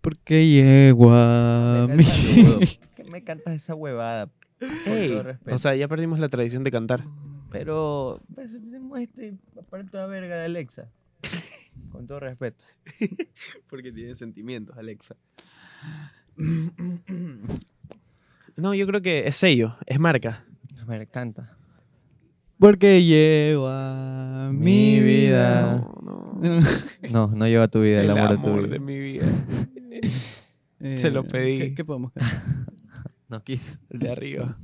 porque llegó Ah, a mí. ¿Qué me cantas esa huevada? Ey, todo respeto. o sea, ya perdimos la tradición de cantar. Pero pues, tenemos este aparato de verga de Alexa. Con todo respeto. Porque tiene sentimientos, Alexa. No, yo creo que es sello, es marca. A ver, canta. Porque llegó a mi Mi vida. vida. No, no. No, no lleva tu vida, el, amor, de tu de vida. mi vida. Se Eh, lo pedí. ¿Qué, qué podemos hacer? No quiso. El de arriba.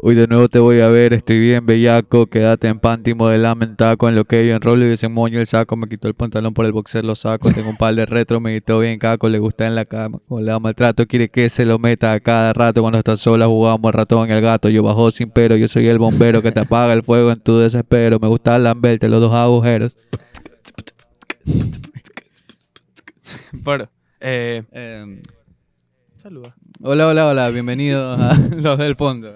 Hoy de nuevo te voy a ver, estoy bien bellaco, quédate en panty, modela mentada con lo que yo enrollo y ese moño el saco, me quitó el pantalón por el boxer, lo saco, tengo un par de retro, me editó bien caco, le gusta en la cama, o la maltrato, quiere que se lo meta a cada rato, cuando está sola jugamos al ratón y al gato, yo bajo sin pero, yo soy el bombero que te apaga el fuego en tu desespero, me gusta lamberte los dos agujeros. Bueno, eh, Em, saluda. hola, hola, hola, bienvenidos a los del fondo.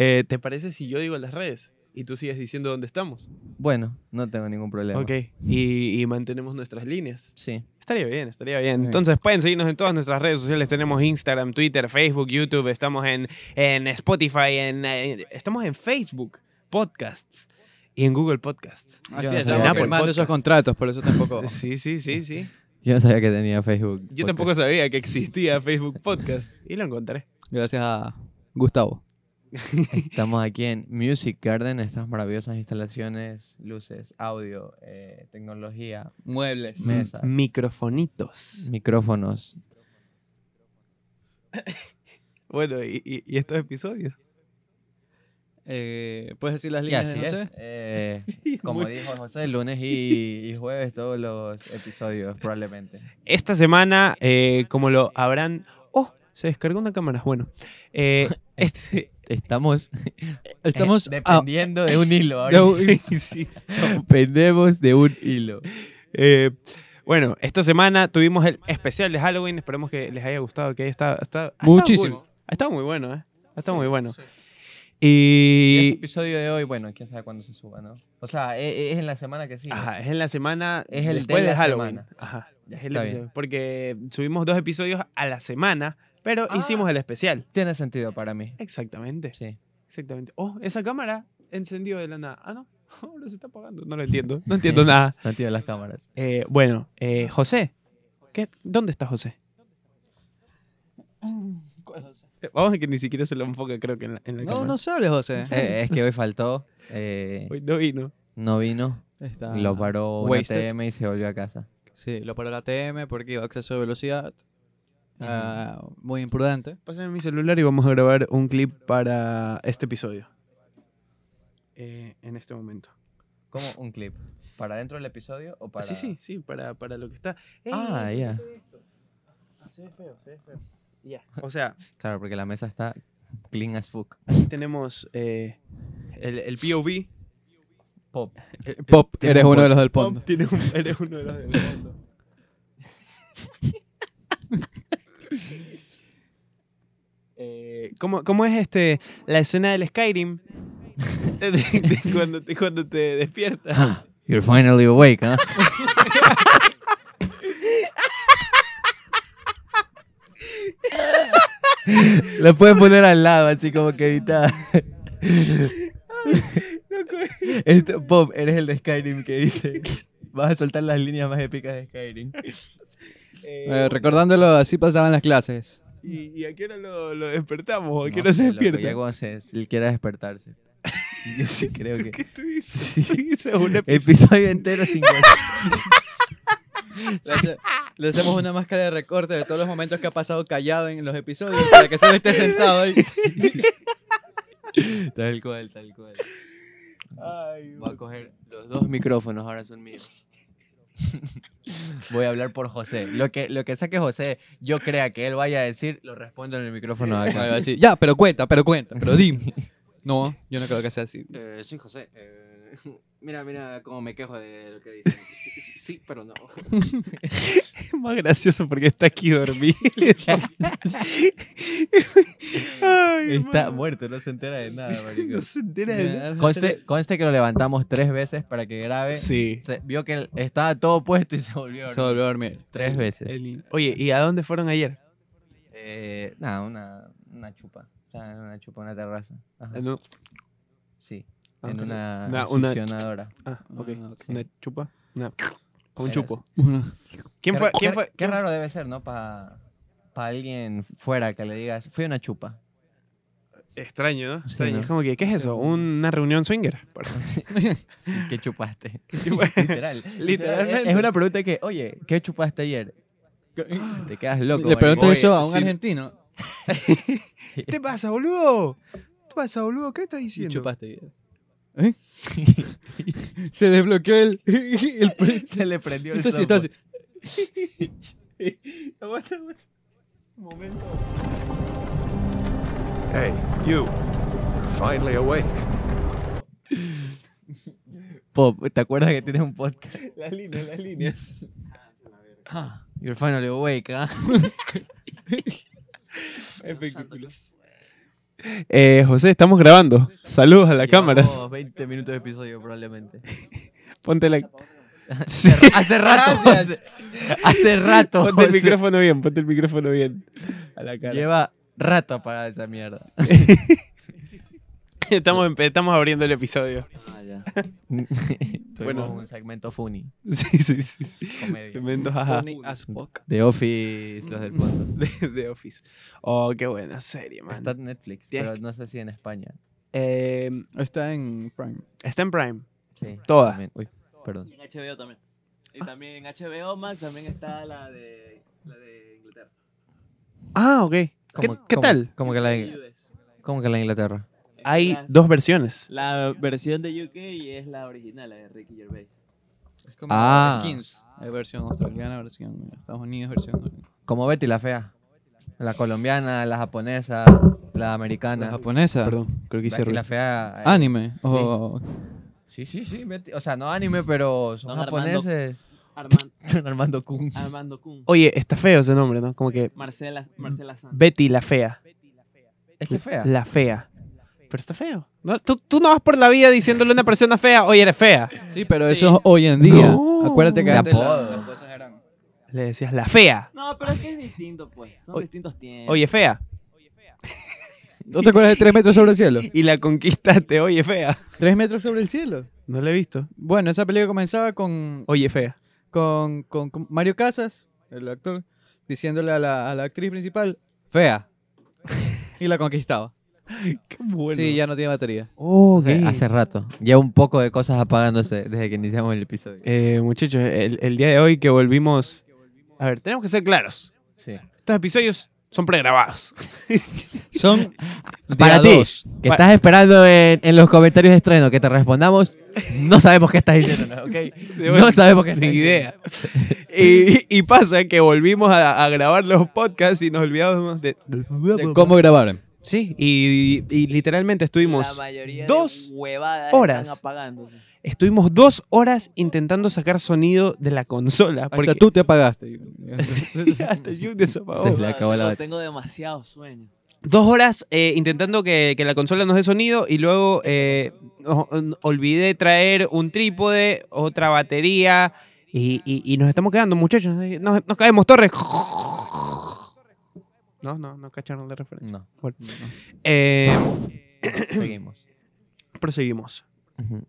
Eh, ¿Te parece si yo digo las redes y tú sigues diciendo dónde estamos? Bueno, no tengo ningún problema. Ok. Y, y mantenemos nuestras líneas. Sí. Estaría bien, estaría bien. Sí. Entonces pueden seguirnos en todas nuestras redes sociales. Tenemos Instagram, Twitter, Facebook, YouTube. Estamos en, en Spotify, en, en- estamos en Facebook Podcasts y en Google Podcasts. Así Yo no es, sabía estamos que- firmando esos Podcast. contratos, por eso tampoco... Oh. Sí, sí, sí, sí. Yo no sabía que tenía Facebook. Yo tampoco sabía que existía Facebook Podcast y lo encontré. Gracias a Gustavo. Estamos aquí en Music Garden, estas maravillosas instalaciones, luces, audio, eh, tecnología, Muebles. mesas, Microfonitos. micrófonos. Bueno, y, y- y estos episodios. Eh, ¿Puedes decir las Y líneas así de José? es. eh, como Muy- dijo José, lunes y, y jueves todos los episodios probablemente. Esta semana, eh, como lo habrán... ¡Oh! Se descargó una cámara. Bueno. Eh, este... Estamos, Estamos a- Eh, dependiendo de un hilo. de ahorita. un- sí. Dependemos de un hilo. Eh, bueno, esta semana tuvimos el especial de Halloween. Esperemos que les haya gustado, que haya estado- está, ha estado Muchísimo. cool. Ha estado muy bueno, ¿eh? Ha estado muy bueno. Y este Y... episodio de hoy, bueno, quién sabe cuándo se suba, ¿no? O sea, e- e- es, en la semana que sigue. Ajá, es en la semana. Es el después de la Halloween. semana. Ajá. Ya, es el está episodio, Porque subimos dos episodios a la semana, pero Ah. hicimos el especial. Tiene sentido para mí. Exactamente. Sí. Exactamente. Oh, esa cámara encendió de la nada. Ah, no. Ahora se está apagando. No lo entiendo. No entiendo nada. Sentido de las cámaras. Eh, bueno, eh, José. ¿qué- ¿Dónde está José? Eh, Vamos a que ni siquiera se lo enfoca, creo que en la, en la No, cámara. no sale, José. Eh, es que hoy faltó. eh, Hoy no vino. no vino. Está- Lo paró una wasted. TM y se volvió a casa. Sí, lo paró la TM porque iba a exceso de velocidad. Ah, muy imprudente. Pásame mi celular y vamos a grabar un clip para este episodio. Eh, en este momento. ¿Cómo un clip? ¿Para dentro del episodio o para.? Sí, sí, sí, para, para lo que está. Ah, Ey, ya. se ve esto. Se ve feo, se ve feo. Ya. O sea, Claro, porque la mesa está clean as fuck. aquí tenemos eh, el, el POV. Eh, Pop. El- el- Pop, tiene eres un uno de pop. los del fondo. Pop, tiene un- eres uno de los del fondo. Eh, ¿cómo, cómo es este la escena del Skyrim? De- de cuando, te, cuando te despiertas. You're finally awake, ¿ah? La pueden poner al lado, así como que editada. Esto- Pop, eres el de Skyrim que dice. Vas a soltar las líneas más épicas de Skyrim. Eh, Eh, recordándolo, así pasaban las clases. ¿y, y a qué hora lo, lo despertamos? ¿A qué No hora se sé, loco, despierta? ya cuando se- si él quiera despertarse. Yo sí creo que. ¿Qué tú dices? Tú dices un episodio. Episodio entero sin Le, hace- le hacemos una máscara de recorte de todos los momentos que ha pasado callado en los episodios para que solo esté sentado ahí. Tal cual, tal cual. Ay, Voy a Dios. coger los dos micrófonos, ahora son míos. Voy a hablar por José. Lo que, lo que saque José, yo crea que él vaya a decir, lo respondo en el micrófono de Algo acá. así. Ya, pero cuenta, pero cuenta, pero dime. No, yo no creo que sea así. soy José. mira, mira cómo me quejo de lo que dicen. sí, pero no. Es más gracioso porque está aquí dormido. Ay, Está hermano. muerto, no se entera de nada, marico. No se entera de nada. este Conste, conste que lo levantamos tres veces para que grabe. Sí. Se- vio que él estaba todo puesto y se volvió. a Se dormir. volvió a dormir. Tres veces. El- Oye, ¿y a dónde fueron ayer? Eh, nada, una, una chupa. O sea, una chupa, una terraza. Ajá, Ah, No. Sí. Ah, En una, Una- una- succionadora. Ah, ok. Ah, ok. Una chupa. Una- Un Era chupo. Una- ¿Quién Qué fue? ra- ¿Quién qué- fue? Qué raro debe ser, ¿no? Para alguien fuera que le digas, fui a una chupa. Extraño, ¿no? Sí, Extraño. ¿no? Es como que, ¿qué es eso? ¿Una reunión swinger? Sí, ¿Qué chupaste? chupa- Literal. Literalmente. Es- Es una pregunta que, oye, ¿qué chupaste ayer? Te quedas loco. Le marico. pregunto eso a un Oye, sí. argentino. ¿Qué te pasa, boludo? ¿Qué pasa, boludo? ¿Qué estás Y diciendo? chupaste. ¿Eh? Se desbloqueó el. el pre- Se le prendió el Eso sí, trompo. está así. Aguanta, aguanta. Un momento. Hey, you. Finally awake. Pop, ¿te acuerdas que tienes un podcast? Las líneas, las líneas. Ah, You're finally awake, ¿ah? Espectacular. Eh, José, estamos grabando. Saludos a las cámaras. Llevamos 20 minutos de episodio probablemente. Ponte la... Sí. Hace rato. José. Hace rato. Ponte el José. micrófono bien, ponte el micrófono bien. A la cara. Lleva rato apagada esa mierda. Estamos, empe- estamos abriendo el episodio. Tuvimos Bueno. un segmento funny, Sí, sí, sí. sí. comedia. Tremendo jaja Funny as fuck. The Office, los del fondo. de, de Office. Oh, qué buena serie, man. Está en Netflix, Tienes pero no sé si en España. Eh, Está en Prime. está en Prime. Sí. Toda. también. Uy, perdón. Y en HBO también. Y también en HBO Max también está la de, la de Inglaterra. Ah, ok. ¿Qué, ¿Cómo- qué cómo- tal? ¿Cómo que la de, US. cómo que la de Inglaterra? Hay Las- dos versiones. La versión de UK y es la original, la de Ricky Gervais. Es como Ah. Skins. Hay versión australiana, versión Estados Unidos, versión. Como Betty la fea. La colombiana, la japonesa, la La americana. japonesa. Perdón, creo que hice Ah, Betty ruido. la fea. eh, Anime. Oh. O Sí, sí, sí. Betty- O sea, no anime, pero son Don Armando. japoneses. Ah, Armando, Don Armando Kun. Armando Kun. Oye, está feo ese nombre, ¿no? Como que Marcela, Marcela Sanz. Betty la fea. Es que fea. La fea. Pero está feo. No, tú, tú no vas por la vida diciéndole a una persona fea, oye, eres fea. Sí, pero eso es hoy en día. No. Acuérdate que De antes la- apodo. las cosas eran. Le decías, la fea. No, pero es que es distinto, pues. Son Oye- distintos tiempos. Oye, fea. ¿No te acuerdas de tres metros sobre el cielo? Y la conquistaste, oye, fea. ¿Tres metros sobre el cielo? No la he visto. Bueno, esa película comenzaba con, Oye, fea. con, con- con Mario Casas, el actor, diciéndole a la, a la actriz principal, fea. Y la conquistaba. Qué bueno. Sí, ya no tiene batería. Oh, Eh, ok. Hace rato. Lleva un poco de cosas apagándose desde que iniciamos el episodio. Eh, muchachos, el, el día de hoy que volvimos... A ver, tenemos que ser claros. Sí. Estos episodios son pregrabados. Son Para ti, dos. que Pa- estás esperando en, en los comentarios de estreno que te respondamos, no sabemos qué estás diciendo, ¿no? ¿ok? No sabemos qué ni estás idea. Y, y pasa que volvimos a, a grabar los podcasts y nos olvidamos de... De cómo grabar. Sí, y, y literalmente estuvimos... la mayoría dos de huevadas horas. están apagándose. Estuvimos dos horas intentando sacar sonido de la consola. Porque Hasta tú te apagaste. Hasta yo desapagó. Se le acabó la Yo bat- tengo demasiado sueño. Dos horas eh, intentando que, que la consola nos dé sonido y luego eh, o- o- olvidé traer un trípode, otra batería y, y- y nos estamos quedando, muchachos. Eh, Nos, nos caemos, Torres. No, no, no cacharon la referencia. No, Bueno. Eh, seguimos. proseguimos. Ujú.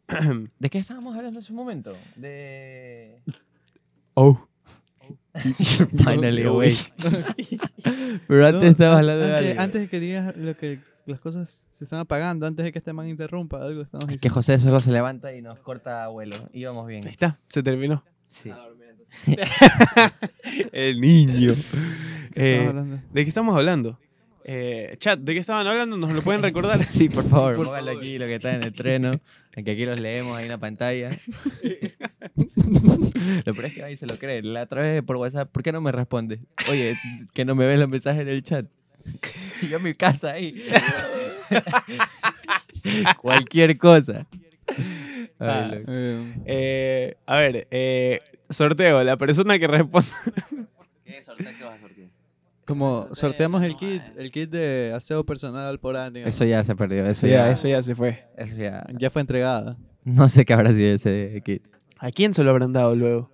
¿De qué estábamos hablando hace un momento? De... Oh. Finally awake. Pero antes estabas hablando de antes, algo. antes de que digas lo que las cosas se están apagando, antes de que este man interrumpa algo, estamos Es que José solo se levanta y nos corta vuelo. Íbamos bien. Ahí está, se terminó. Sí. A dormir, entonces. El niño. ¿Qué estamos Eh, hablando? ¿De qué estamos hablando? Eh, chat, ¿de qué estaban hablando? ¿Nos lo pueden recordar? Sí, por favor, Por póngalo favor. aquí lo que está en el treno. Que aquí los leemos ahí en la pantalla. lo peor es que ahí se lo cree. La otra vez por WhatsApp, ¿por qué no me responde? Oye, que no me ves los mensajes del chat. Y yo en mi casa ahí. Cualquier cosa. Ah, loco. Eh, Eh, a ver, eh, sorteo. La persona que responda. ¿Qué sorteo que vas a sortear? como sorteamos el kit, Ay. el kit de aseo personal por año. Eso ya se perdió, eso Ya, ya, eso ya se fue. eso ya. Ya fue entregada. No sé qué habrá sido ese kit. ¿A quién se lo habrán dado luego?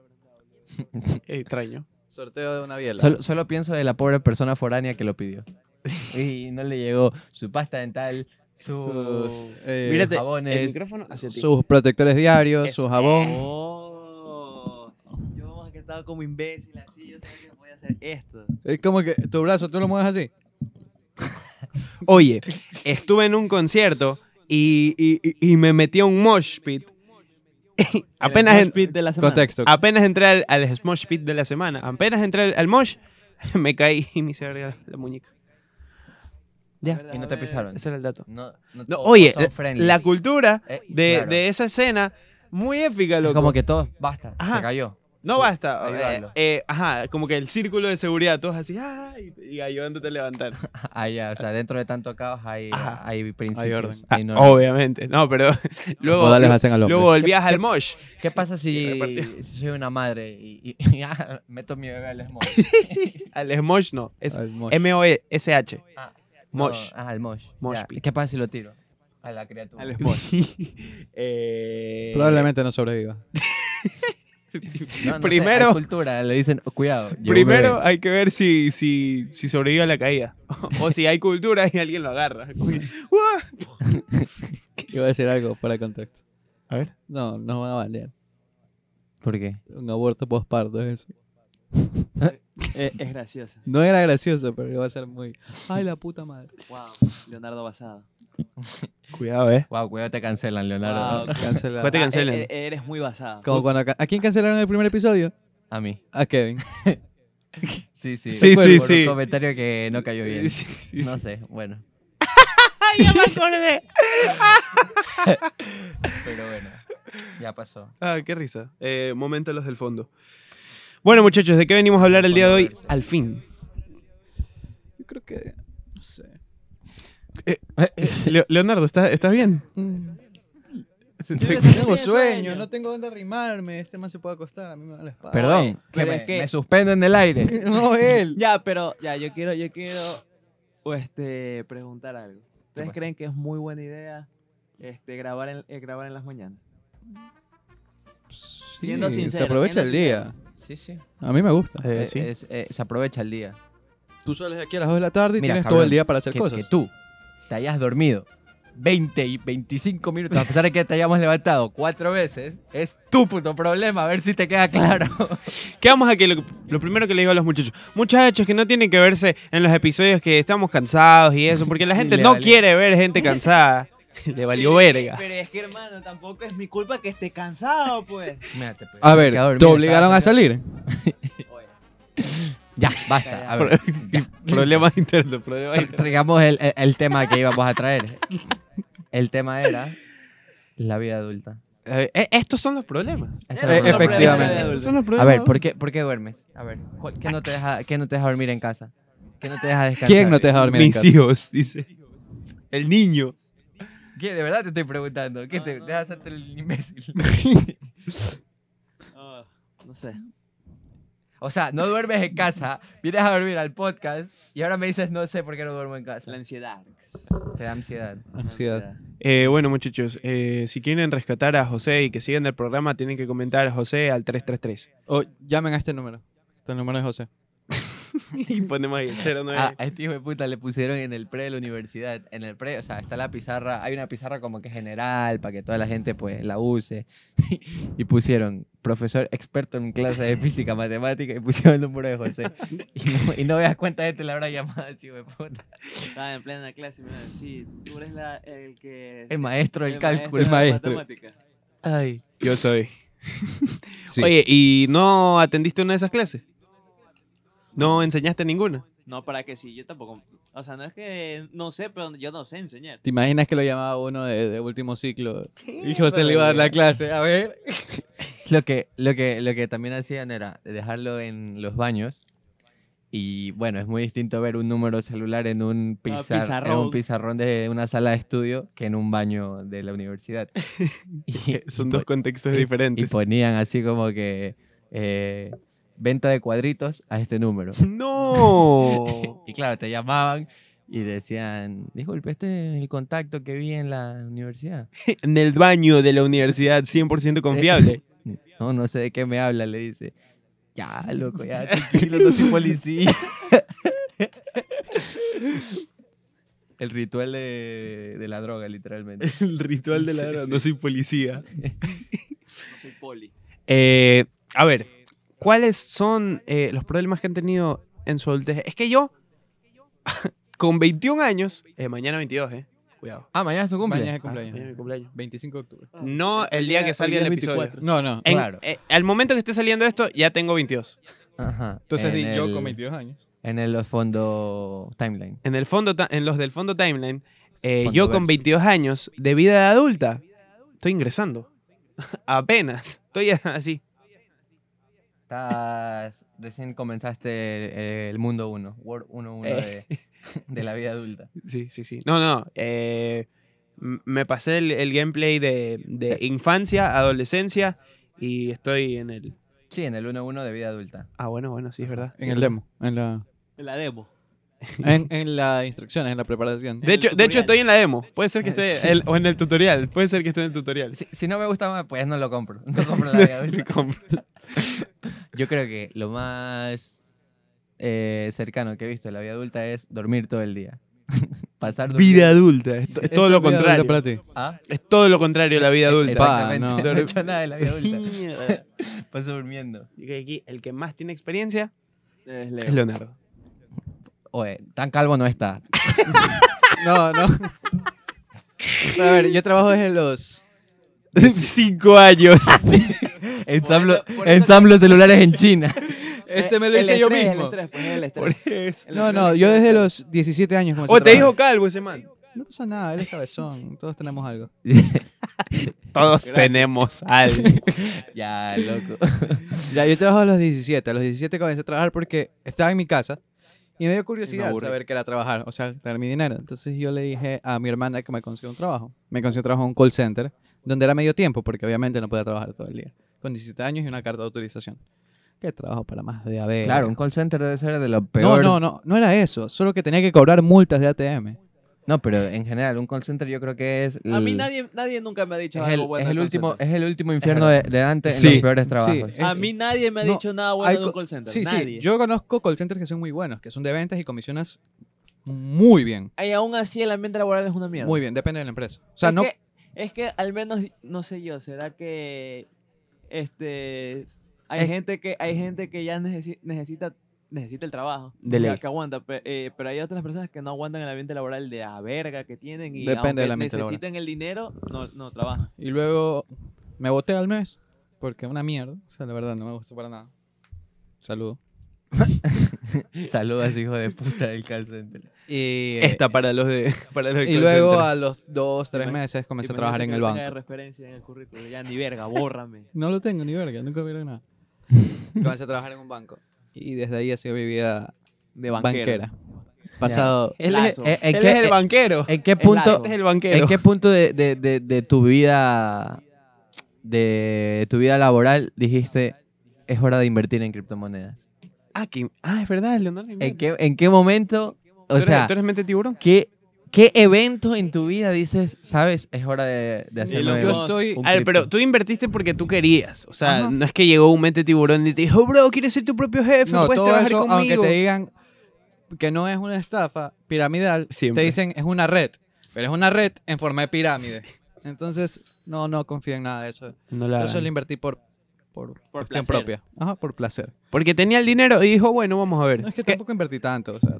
Extraño. Sorteo de una biela. Solo, solo pienso de la pobre persona foránea que lo pidió. Y no le llegó su pasta dental, sus sus, eh, Mírate, jabones. el micrófono hacia ti. sus protectores diarios, Eso. su jabón. Oh, yo más que estaba como imbécil así, yo sabía que podía hacer esto. Es como Eh, que tu brazo, tú lo mueves así. Oye, estuve en un concierto y, y- y- y me metí a un mosh pit. apenas, en- Speed de la semana. Contexto. apenas entré al, al mosh pit de la semana. Apenas entré al, al mosh, me caí y me hice verga la muñeca. Ya, ver, y no a te ver. pisaron. Ese era el dato. No, no No, todos oye, son la- friendly. la cultura Eh, de, claro. de esa escena, muy épica, Es loco. como que todos, basta, Ajá. se cayó. No basta. Ayudarlo. eh, eh, ajá, como que el círculo de seguridad, todos así, ah, y, y ayudándote a levantar. Ah, ya, o sea, dentro de tanto caos hay, Ajá. Ah, hay principios. orden. y no- Obviamente, no, pero luego, Modales luego, hacen al hombre. luego volvías al ¿Qué- mosh. ¿Qué pasa si, repartido. si soy una madre y, y- y, ah, meto mi bebé al smosh? Al smosh no, es E Al mosh. M-O-S-H. Ah, Mosh. No, ah, al mosh. Mosh ya. pit. ¿Qué pasa si lo tiro? A la criatura. Eh, Probablemente no sobreviva. No, no sé, primero, hay cultura, le dicen, "Oh, cuidado. llegó un primero bebé". hay que ver si, si, si sobrevive a la caída. o si hay cultura y alguien lo agarra. Como que, "Uah". Iba a decir algo fuera de contexto. A ver. No, no van a valer. ¿Por qué? Un aborto postparto es eso. Eh, es gracioso. No era gracioso, pero iba a ser muy. Ay, la puta madre. Wow, Leonardo Basado. Cuidado, eh. Wow, cuidado, te cancelan, Leonardo. Wow. Cancelado. Fue te cancelan. Ah, e- e- eres muy basado. Como cuando ca- ¿A quién cancelaron el primer episodio? A mí. A Kevin. Sí, sí. Sí, por sí, un sí. comentario que no cayó bien. Sí, sí, No sí. sé, bueno. ¡Ay, ya me acordé! Pero bueno, ya pasó. Ah, qué risa. Eh, momento los del fondo. Bueno, muchachos, ¿de qué venimos a hablar el día de hoy? Al fin. Yo creo que. No sé. Eh, Le- Eh, Leonardo, ¿estás, estás bien? Mm. Sí, Tengo sí, sueño, sueño. no tengo dónde arrimarme. Este man se puede acostar, a mí me da la espalda. Perdón, que pero me, es que- me suspenden del aire. No, él. Ya, pero ya, yo quiero, yo quiero o este, preguntar algo. ¿Ustedes pasa? creen que es muy buena idea este, grabar, en, eh, grabar en las mañanas? Siendo Sí, se sincero, aprovecha el siendo día. Sí, sí. A mí me gusta. Eh, es- eh, se aprovecha el día. Tú sales de aquí a las 2 de la tarde y Mira, tienes cabrón, todo el día para hacer que, cosas. que tú te hayas dormido 20 y 25 minutos, a pesar de que te hayamos levantado cuatro veces, es tu puto problema, a ver si te queda claro. ¿Qué vamos aquí? Lo, lo primero que le digo a los muchachos. Muchachos, que no tienen que verse en los episodios que estamos cansados y eso, porque la Sí, gente le no valió. quiere ver gente cansada. le valió verga. Pero es que, hermano, tampoco es mi culpa que esté cansado, pues. Mírate, pues, A me ver, quedo dormido, ¿te obligaron a estaba salir? Oye, haciendo- Ya, basta. A ver, Pro- problemas internos, problemas tra- internos. traigamos el, el- el tema que íbamos a traer. El tema era la vida adulta. Eh, eh, estos son los problemas. Ese Eh, era el problema. efectivamente. Estos son los A problemas. ver, ¿por qué, por qué duermes? A ver, ¿cuál- ¿qué no, te deja, ¿qué no te deja dormir en casa? ¿Qué no te deja descansar? ¿Quién no te deja dormir en Mis casa? hijos, dice. El niño. ¿Qué? De verdad te estoy preguntando. ¿Qué te deja hacerte el imbécil? ah, no sé. O sea, no duermes en casa, vienes a dormir al podcast y ahora me dices no sé por qué no duermo en casa. La ansiedad. Te da ansiedad. Ansiedad. Eh, bueno, muchachos, eh, si quieren rescatar a José y que sigan el programa, tienen que comentar a José al 333. O llamen a este número. Este número es José. y ponemos ahí el 09. A, a este hijo de puta le pusieron en el pre de la universidad, en el pre, o sea, está la pizarra, hay una pizarra como que general para que toda la gente pues la use y pusieron profesor experto en clase de física, matemática y pusieron el número de José y no, y no veas cuánta gente le habrá llamado, ese hijo de puta. Estaba en plena clase, y me decía, sí, tú eres la, el que... El maestro del el cálculo. de maestro. matemática. Ay. Yo soy. Sí. Oye, ¿y no atendiste una de esas clases? ¿No enseñaste ninguna? No, para que sí, yo tampoco... O sea, no es que no sé, pero yo no sé enseñar. ¿Te imaginas que lo llamaba uno de, de último ciclo? Y José le iba a dar la clase. A ver. Lo que, lo que, lo que también hacían era dejarlo en los baños Y bueno, es muy distinto ver un número celular en Ah, un, pizar- en pizarrón. un pizarrón de una sala de estudio que en un baño de la universidad. Y- Eh, Son y dos po- contextos Y diferentes. ponían así como que eh, venta de cuadritos a este número. ¡No! Y claro, te llamaban y decían, disculpe, este es el contacto que vi en la universidad. en el baño de la universidad 100% confiable. No, no sé de qué me habla, le dice. Ya, loco, ya, tranquilo, no soy policía. El ritual de, de la droga, literalmente. el ritual de la droga. No soy policía. No soy poli. Eh, a ver, ¿cuáles son eh, los problemas que han tenido en su adultez? Es que yo, con 21 años, eh, mañana 22, ¿eh? Cuidado. Ah, mañana es su cumple. Mañana es Ah, cumpleaños. Mañana es mi cumpleaños. 25 de octubre. No el día que salga el episodio. No, no. En- Claro. eh, al momento que esté saliendo esto, ya tengo 22. ajá, Entonces en di yo el- con 22 años. En el fondo timeline. En, el fondo, ta- en los del fondo timeline, eh, Fondo yo con verso. 22 años de vida de adulta, estoy ingresando. Apenas. Estoy así. Estás, recién comenzaste el, el mundo 1, World 1-1 Eh. de, de la vida adulta. Sí, sí, sí. No, no. eh, m- me pasé el, el gameplay de, de infancia, adolescencia y estoy en el. Sí, en el 1-1 de vida adulta. Ah, bueno, bueno, sí, es verdad. En el demo. En la, En la demo. en, en las instrucciones, en la preparación. De el hecho, de hecho, tutorial. estoy en la demo. Puede ser que Sí. esté. el- o en el tutorial. Puede ser que esté en el tutorial. Si, si no me gusta más, pues no lo compro. No compro la vida adulta. Como- Yo creo que lo más eh, cercano que he visto de la vida adulta es dormir todo el día. Pasar durmiendo. vida adulta. Es, es todo Eso lo es vida adulta contrario. para ti. ¿Ah? Es todo lo contrario a la vida eh, adulta. Exactamente, Pa, no. no. he hecho nada de la vida adulta. Mierda. Paso durmiendo. Yo creo que aquí el que más tiene experiencia Es es Leo. Leonardo. Oye, tan calvo no está. No, no. A ver, yo trabajo desde los. Cinco años. Ensamblo, eso- por eso- ensamblo celulares en China. Este me lo hice yo mismo. Por eso. No, no, yo desde los 17 años. comencé Oh, a te dijo trabajar. calvo ese man. No pasa nada, eres cabezón. Todos tenemos algo. Todos tenemos algo. ya, loco. Ya, yo trabajo a los 17. A los 17 comencé a trabajar porque estaba en mi casa y me dio curiosidad aburre. saber qué era trabajar, o sea, tener mi dinero. Entonces yo le dije a mi hermana que me consiguió un trabajo. Me consiguió un trabajo en un call center, donde era medio tiempo, porque obviamente no podía trabajar todo el día. Con 17 años y una carta de autorización. ¿Qué trabajo para más de haber? Eh, Claro, un call center debe ser de lo No, peor. no, no, no era eso. Solo que tenía que cobrar multas de ATM. No, pero en general, un call center yo creo que es. A mí el- nadie, nadie nunca me ha dicho Es algo el, bueno. es el del call último, center. es el último infierno de, de Dante en Sí. los peores trabajos. es- A mí nadie me ha No, dicho nada Hay bueno de un co- call center. Sí, nadie. sí. Yo conozco call centers que son muy buenos, que son de ventas y comisiones muy bien. Y aún así el ambiente laboral es una mierda. Muy bien, depende de la empresa. O sea, es no. Que, es que al menos, no sé yo, ¿será que este hay Es- gente que hay gente que ya necesi- necesita necesita el trabajo De ya ley. que aguanta pe- eh, pero hay otras personas que no aguantan el ambiente laboral de la verga que tienen y Depende del aunque ambiente laboral. necesiten el dinero no, no trabajan Y luego me boté al mes porque una mierda. O sea, la verdad, no me gustó para nada. Saludo. Saluda a su hijo de puta del call center. Y, eh, Esta para los de. Para los del y call luego center. a los dos, tres Imagínate- meses comencé a Imagínate trabajar en que el no tenga de banco. referencia en el currículum ya ni verga bórrame No lo tengo ni verga, nunca vi nada. comencé a trabajar en un banco. Y desde ahí ha sido mi vida de banquero banquera. Pasado. Él es, Lazo. Eh, ¿En él qué, es el eh, banquero. ¿En qué Es punto, lazo. Este es el banquero. en qué punto de, de- de- de tu vida de tu vida laboral dijiste es hora de invertir en criptomonedas? Ah, que- ah, es verdad, Leonardo. ¿En qué, en qué momento? ¿Tú O eres- sea, ¿Tú eres mente tiburón? ¿qué, ¿qué evento en tu vida dices, sabes, es hora de, de hacerme Elon Yo Musk. estoy. un A ver, pero cripto? tú invertiste porque tú querías. O sea, Ajá. no es que llegó un mente tiburón y te dijo, bro, quieres ser tu propio jefe, No, puedes todo trabajar eso, aunque conmigo. te digan que no es una estafa piramidal, Siempre. te dicen es una red, pero es una red en forma de pirámide. Entonces, no, no confío en nada de eso. No la Yo hagan. solo invertí por, por, cuestión placer. propia. Ajá, por placer. Porque tenía el dinero y dijo, bueno, vamos a ver. No es que ¿Qué? tampoco invertí tanto. o sea,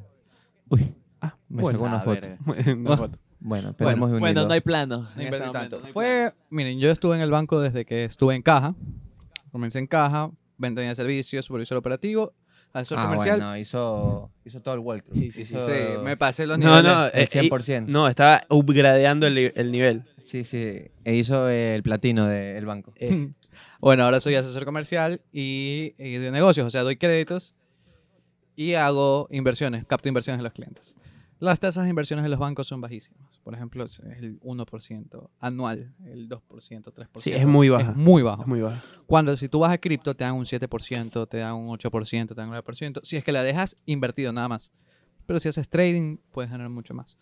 Uy, Ah, me bueno. sacó una Ah, foto. verga. Una foto. Bueno, Bueno, perdemos un bueno hilo. no hay plano este no este este invertí tanto. Fue, miren, yo estuve en el banco desde que estuve en caja. Comencé en caja, venta de servicios, supervisor operativo, asesor Ah, comercial. bueno, hizo, hizo todo el walkthrough. Sí, sí, sí. Hizo- Sí, me pasé los No, niveles. no, el eh, eh, 100%. no, estaba upgradeando el, el nivel. Sí, sí. E hizo eh, el platino del banco. Eh, Bueno, ahora soy asesor comercial y, y de negocios, o sea, doy créditos y hago inversiones, capto inversiones de los clientes. Las tasas de inversiones de los bancos son bajísimas. Por ejemplo, es el 1% anual, el 2%, 3%. Sí, es muy baja. Es muy bajo. Muy baja. Cuando si tú vas a cripto te dan un 7%, te dan un 8%, te dan un 9%. Si es que la dejas invertido nada más. Pero si haces trading puedes ganar mucho más.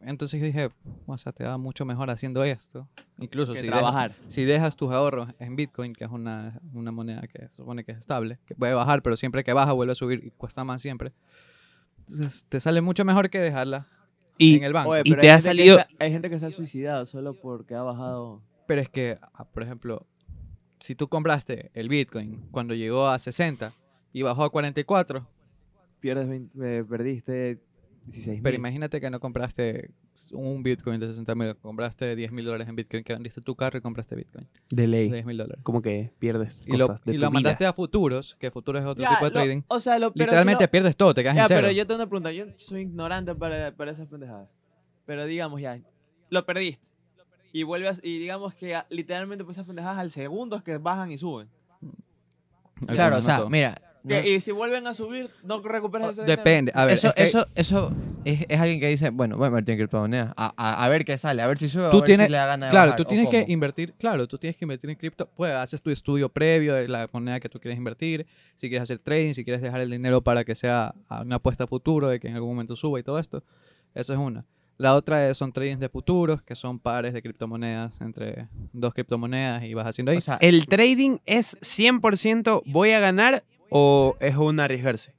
Entonces yo dije, o sea, te va mucho mejor haciendo esto. Incluso Que si dejas, trabajar. si dejas tus ahorros en Bitcoin, que es una, una moneda que se supone que es estable, que puede bajar, pero siempre que baja vuelve a subir y cuesta más siempre. Entonces te sale mucho mejor que dejarla Y- en el banco. Oye, Y pero te hay ha gente que salido- está- hay gente que se ha suicidado solo porque ha bajado. Pero es que, ah, por ejemplo, si tú compraste el Bitcoin cuando llegó a 60 y bajó a 44, Pierdes 20 eh, perdiste 16 pero imagínate que no compraste un Bitcoin de 60 mil, compraste 10 mil dólares en Bitcoin, que vendiste tu carro y compraste Bitcoin. De ley. 10 mil dólares. Como que pierdes Y lo, cosas de y tu lo vida. mandaste a futuros, que futuros es otro tipo de trading. o sea, lo, pero si Literalmente no- pierdes todo, te quedas ya, en cero. pero yo tengo una pregunta. Yo soy ignorante para, para esas pendejadas. Pero digamos ya, lo perdiste. Y vuelves, y digamos que ah, literalmente por esas pendejadas al segundo es que bajan y suben. Algunos, Claro, no o sea, todos. mira. no- Que- y si vuelven a subir, no recuperas ese dinero. Depende. A ver, eso, es que eso, eso es, es alguien que dice, bueno, voy a invertir en criptomonedas. A, a- a ver qué sale, a ver si sube, a Tú ver tienes- si le da ganas de Claro, bajar, tú o tienes que cómo. invertir, claro, tú tienes que invertir en cripto, pues haces tu estudio previo de la moneda que tú quieres invertir, si quieres hacer trading, si quieres dejar el dinero para que sea a una apuesta a futuro, de que en algún momento suba y todo esto, esa es una. La otra es- son tradings de futuros, que son pares de criptomonedas entre dos criptomonedas y vas haciendo ahí. O sea, ¿El trading es 100% voy a ganar o es un arriesgarse?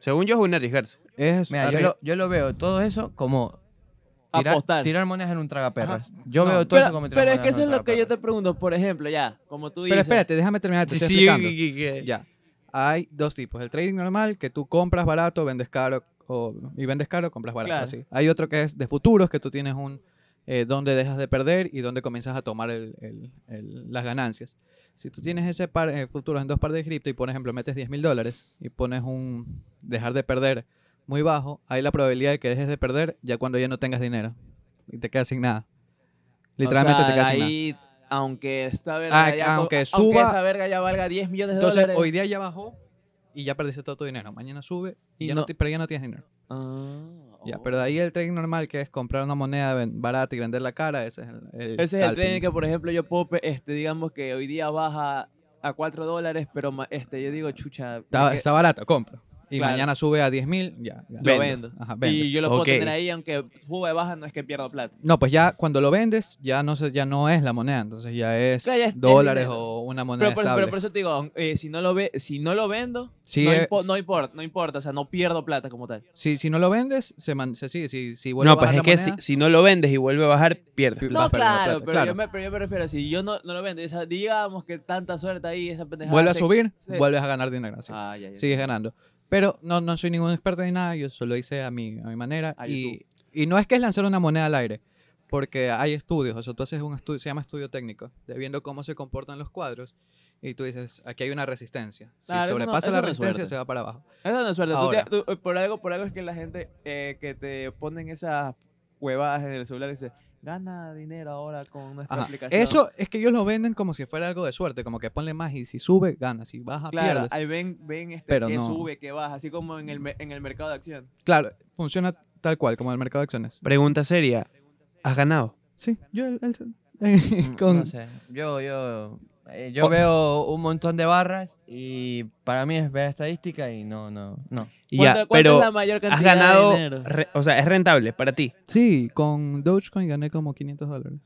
Según yo es un arriesgarse. es mira, yo arri- lo, yo lo veo todo eso como tirar, Apostar. tirar monedas en un tragaperras. Yo No, veo todo eso Pero, como tirar pero es que monedas en eso es un lo que yo te tragaperras. pregunto. Por ejemplo, ya, como tú Pero dices. espérate, déjame terminar, te estoy explicando. Ya. Hay dos tipos. El trading normal, que tú compras barato, vendes caro, o, y vendes caro, compras barato. Claro. así. Hay otro que es de futuros, que tú tienes un eh, donde dejas de perder y donde comienzas a tomar el- el- el- las ganancias. Si tú tienes ese par eh, futuros en dos pares de cripto y, por ejemplo, metes 10 mil dólares y pones un dejar de perder muy bajo, hay la probabilidad de que dejes de perder ya cuando ya no tengas dinero y te quedas sin nada. Literalmente o te sea, quedas sin nada. ahí, aunque esta verga Ah, ya, co- aunque suba- esa verga ya valga 10 millones de Entonces, dólares. hoy día ya bajó y ya perdiste todo tu dinero. Mañana sube, y Y ya no. no- ti- pero ya no tienes dinero. Ah, Ya, oh. pero de ahí el trading normal, que es comprar una moneda ven- barata y vender la cara, ese es el, el Ese es el tren scalping. que, por ejemplo, yo puedo, pe- este, digamos que hoy día baja a 4 dólares, pero ma- este, yo digo, chucha, Está, que está barato, compro. Y Claro. mañana sube a 10 mil, ya. ya. Vendes. lo vendo. Ajá, vendes. y yo lo puedo Ok. tener ahí, aunque suba y baja, no es que pierda plata. No, pues ya cuando lo vendes, ya no, se, ya no es la moneda, entonces ya es Claro, ya es- es dólares dinero. o una moneda Pero por, estable. pero por eso te digo, aun- eh, si, no lo ve, si no lo vendo, Sí, no, eh, impo- no importa, no importa, o sea, no pierdo plata como tal. si, si no lo vendes, se, man- se sigue. Si, si vuelve No, a pues bajar es la que si, moneda, si no lo vendes y vuelve a bajar, pierdes. Pi- No, vas perdiendo claro, plata, pero, claro. Yo me, pero yo me refiero, si yo no, no lo vendo, esa- digamos que tanta suerte ahí, esa pendejada. vuelve a se- subir, se- vuelves a ganar dinero. así. Ah, ya, ya. sigues ganando. Pero no, no soy ningún experto ni nada, yo solo hice a mi, a mi manera. A y, y no es que es lanzar una moneda al aire, porque hay estudios, o sea, tú haces un estudio, se llama estudio técnico, de viendo cómo se comportan los cuadros, y tú dices, aquí hay una resistencia. Si Claro, eso no- sobrepasa eso la no es resistencia, suerte. se va para abajo. Eso no es suerte. tú Ahora. te- tú- por, algo, por algo es que la gente eh, que te ponen esas huevadas en el celular dice, gana dinero ahora con nuestra Ajá. aplicación. Eso es que ellos lo venden como si fuera algo de suerte, como que ponle más y si sube, gana, si baja, Claro, ah, pierdes. ahí ven, ven este, Pero que no. sube, que baja, así como en el, me- en el mercado de acción. Claro, funciona tal cual, como el mercado de acciones. Pregunta seria. ¿Has ganado? Sí, yo... el- el- Mm, Mm, No con- sé, yo, yo, eh, Oh. yo veo un montón de barras y para mí es ver estadística y no, no, no. Y ¿Cuánto- ya, cuánto pero es la mayor cantidad has de ganado, dinero? re- o sea, es rentable para ti. Sí, con Dogecoin gané como 500 dólares.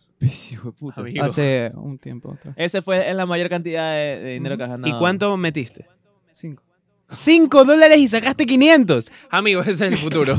Amigo. Hace un tiempo atrás. Ese fue es la mayor cantidad de, de dinero Ujú. que has ganado. ¿Y cuánto metiste? Cinco. 5 dólares y sacaste 500. Amigo, ese es el futuro.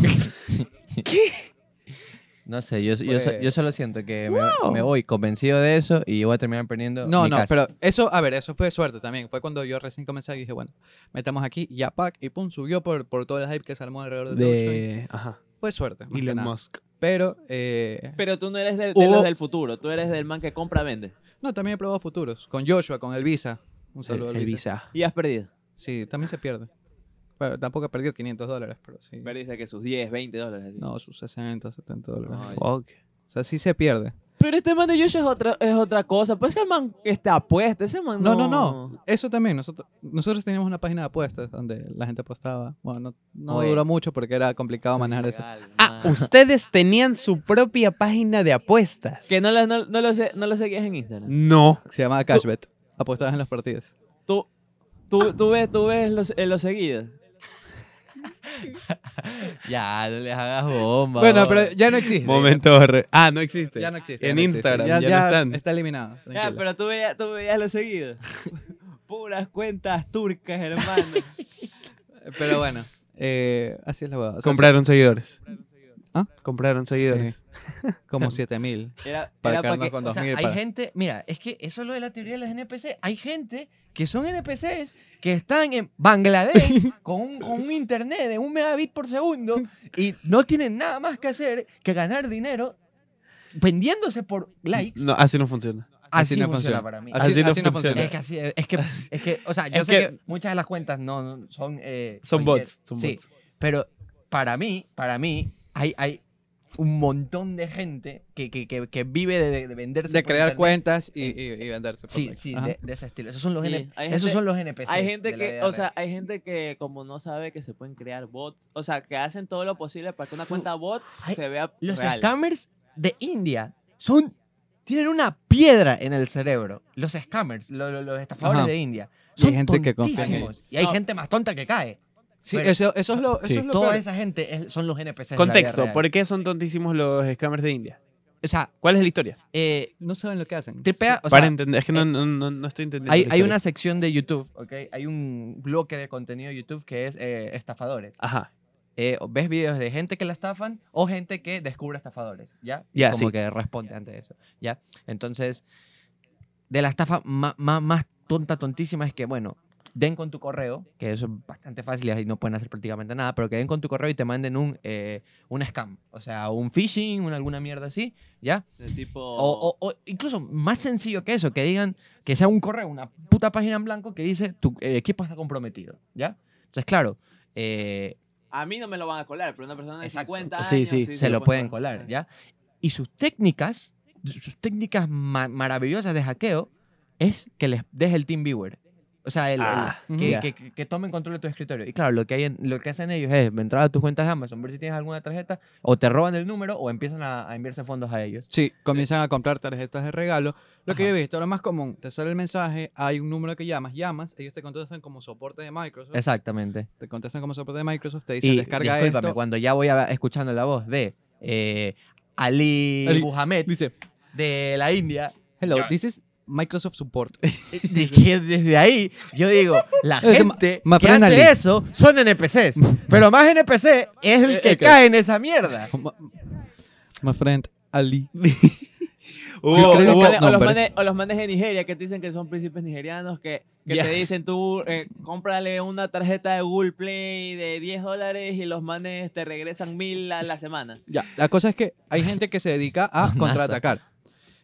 No sé, yo, yo, so- Pues- yo solo siento que me, me voy convencido de eso y voy a terminar perdiendo. No, mi no, casa. pero eso, a ver, eso fue suerte también. Fue cuando yo recién comencé y dije, bueno, metamos aquí, ya pack, y pum, subió por, por todo el hype que se armó alrededor de, Dogecoin. De ajá, Fue suerte, más que Elon nada. Musk. Pero, eh, Pero tú no eres del- de Hubo- los del futuro, tú eres del man que compra, vende. no, también he probado futuros. Con Joshua, con el Visa. Un saludo El, al el Visa. Visa. Y has perdido. Sí, también se pierde. Bueno, tampoco he perdido 500 dólares, pero sí. Perdiste que sus 10, 20 dólares. así. No, sus 60, 70 dólares. Ay. O Fuck. sea, sí se pierde. Pero este man de Yoshi es otra, es otra cosa. Pues ese man está apuesta, ese man No, no, no. Eso también. Nosotros, nosotros teníamos una página de apuestas donde la gente apostaba. Bueno, no, no Oye. duró mucho porque era complicado manejar eso. Ah, ustedes tenían su propia página de apuestas. Que no, la- no, no lo sé, no lo seguías en Instagram. No. Se llamaba Cashbet. Apostabas en las partidas. Tú, tú, tú ves, tú ves los, eh, los seguidos. Ya, no les hagas bomba. Bueno, vos. pero ya no existe. Momento. re- Ah, no existe. Ya no existe. ya En no existe. Instagram, ya no están. está eliminado. Ya, tranquila. pero tú veías, tú veías los seguidos. Puras cuentas turcas, hermano. Pero bueno, eh, así es la huevada. O sea, Compraron seguidores. ¿Ah? Compraron sí, seguidores. sí, como 7000 Era, para era pa' quedarnos que- con O sea, 2000 hay para- gente, mira, es que eso es lo de la teoría de los NPC. Hay gente que son NPCs que están en Bangladesh con un, con un internet de un megabit por segundo y no tienen nada más que hacer que ganar dinero vendiéndose por likes. No, así no funciona. así, no funciona, para mí. Así, Así no así no funciona. funciona. Es que, así- es, que, es que, o sea, yo Es sé que, que- muchas de las cuentas no, no, son... eh, Son cualquier- bots. Son sí, bots. pero para mí, para mí, hay, hay un montón de gente que, que, que, que vive de, de venderse De por crear internet. cuentas y, y- y venderse. por Sí, likes. sí, Ajá. de, de ese estilo. Esos son los, Sí, N- hay esos gente- son los NPCs. Hay de gente la que, vida o sea, real. hay gente que como no sabe que se pueden crear bots, o sea, que hacen todo lo posible para que una cuenta bot Ay, se vea los real. scammers de India son tienen una piedra en el cerebro. Los scammers, lo- lo- los estafadores Ajá. de India. Y hay Son gente que confía en tontísimos. Y hay No. gente más tonta que cae. Sí, Bueno, eso, eso es lo, eso sí. es lo Toda peor. esa gente es- son los NPCs. de la vida Contexto. real. ¿Por qué son tontísimos los scammers de India? O sea, ¿Cuál es la historia? eh, No saben lo que hacen. tripea, o Para sea, entender. Es que no, no- no- no estoy entendiendo. hay, hay la historia. una sección de YouTube, ¿ok? Hay un bloque de contenido de YouTube que es eh, estafadores. Ajá. eh, o ves videos de gente que la estafan o gente que descubre estafadores, ¿ya? Y Ya, como sí. que responde ante eso, ¿ya? Entonces, de la estafa ma- ma- más, tonta, tontísima es que, bueno, den con tu correo, que eso es bastante fácil y ahí no pueden hacer prácticamente nada, pero que den con tu correo y te manden un, eh, un scam, o sea, un phishing, una, alguna mierda así, ¿ya? Del tipo O, o- o incluso más sencillo que eso, que digan que sea un correo, una puta página en blanco que dice tu eh, equipo está comprometido, ¿ya? Entonces, claro, eh, a mí no me lo van a colar, pero una persona de Exacto. 50 años Sí, sí. se lo pueden colar, ¿ya? Y sus técnicas, sus técnicas ma- maravillosas de hackeo es que les deje el team viewer. O sea, el- el- Ah, que, ya. que- que- que tomen control de tu escritorio. Y claro, lo que, hay en- lo que hacen ellos es entrar a tus cuentas de Amazon, ver si tienes alguna tarjeta, o te roban el número, o empiezan a, a enviarse fondos a ellos. Sí, comienzan a comprar tarjetas de regalo. Lo que Eh, Ajá. yo he visto, lo más común, te sale el mensaje, hay un número que llamas, llamas, ellos te contestan como soporte de Microsoft. Exactamente. Te contestan como soporte de Microsoft, te dicen Y descarga discúlpame, esto. cuando ya voy a- escuchando la voz de eh, Ali, Ali. Muhammad Dice, de la India, hello, this is Microsoft Support. de que desde ahí yo digo, la Ese gente ma- que Mafren Ali. hace eso son NPCs, pero más NPC es el Eh, que el que- cae en esa mierda. Ma- My friend Ali. O, Yo creo los que- manes- o no, los pero- manes, o los manes de Nigeria que te dicen que son príncipes nigerianos que, que Ya. te dicen tú eh, cómprale una tarjeta de Google Play de 10 dólares y los manes te regresan mil a la semana. Ya, la cosa es que hay gente que se dedica a NASA. contraatacar.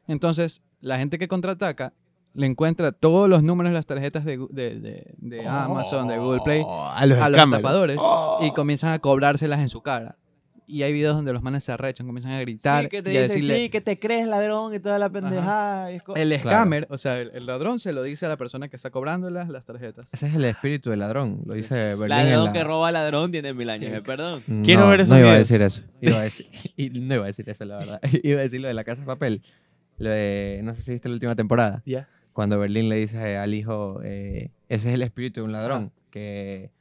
Entonces, la gente que contraataca le encuentra todos los números de las tarjetas de, Gu- de- de- de Ah, Amazon, de Google Play, Oh, A los, a los scammers. Oh. tapadores Oh. y comienzan a cobrárselas en su cara. Y hay videos donde los manes se arrechan, comienzan a gritar Sí, que te y a dicen decirle... sí, que te crees ladrón y toda la pendejada. y es co- El Claro. scammer, o sea, el, el ladrón se lo dice a la persona que está cobrándolas las tarjetas. Ese es el espíritu del ladrón, lo dice Berlín. Mm, Ladrón que roba ladrón tiene mil años, eh, perdón. Quiero ver esos No iba a videos. decir eso. Iba a decir, y no iba a decir eso, la verdad. Iba a decir lo de la casa de papel. Lo de, no sé si viste la última temporada. Ya. Cuando Berlín le dice al hijo, eh, ese es el espíritu de un ladrón, que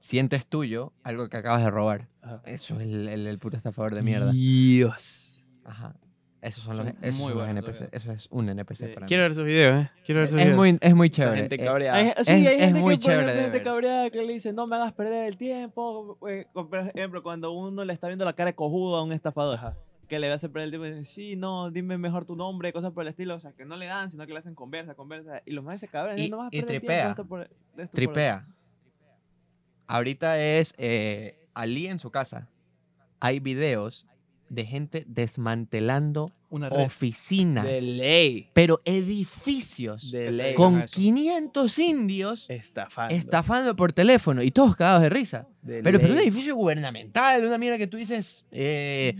sientes tuyo algo que acabas de robar. Ajá. Eso es el, el, el puto estafador de mierda. Dios. Ajá. Esos son los, Son esos muy son los buenos, NPC. obviamente. Eso es un NPC para Quiero mí. ver sus videos, ¿eh? Quiero ver sus Es videos. muy, es muy Esa chévere. gente Eh, cabreada. Hay, sí, Es- hay es gente muy que, por chévere de ejemplo, gente ver. cabreada que le dice, no me hagas perder el tiempo. eh, como Por ejemplo, cuando uno le está viendo la cara de cojudo a un estafador, que le hace perder el tiempo, y dice, sí, no, dime mejor tu nombre, cosas por el estilo. O sea, que no le dan, sino que le hacen conversa, conversa. Y los más se cabrean, Y- no vas a y perder el tiempo, tripea. esto por- esto por- Tripea. Ahorita es eh, Ali en su casa. Hay videos de gente desmantelando Una red. oficinas, De ley. pero edificios De que se ley. dedican a con eso. 500 indios Estafando. estafando por teléfono y todos cagados de risa. De Pero, pero un ley. edificio gubernamental, una mierda que tú dices, eh,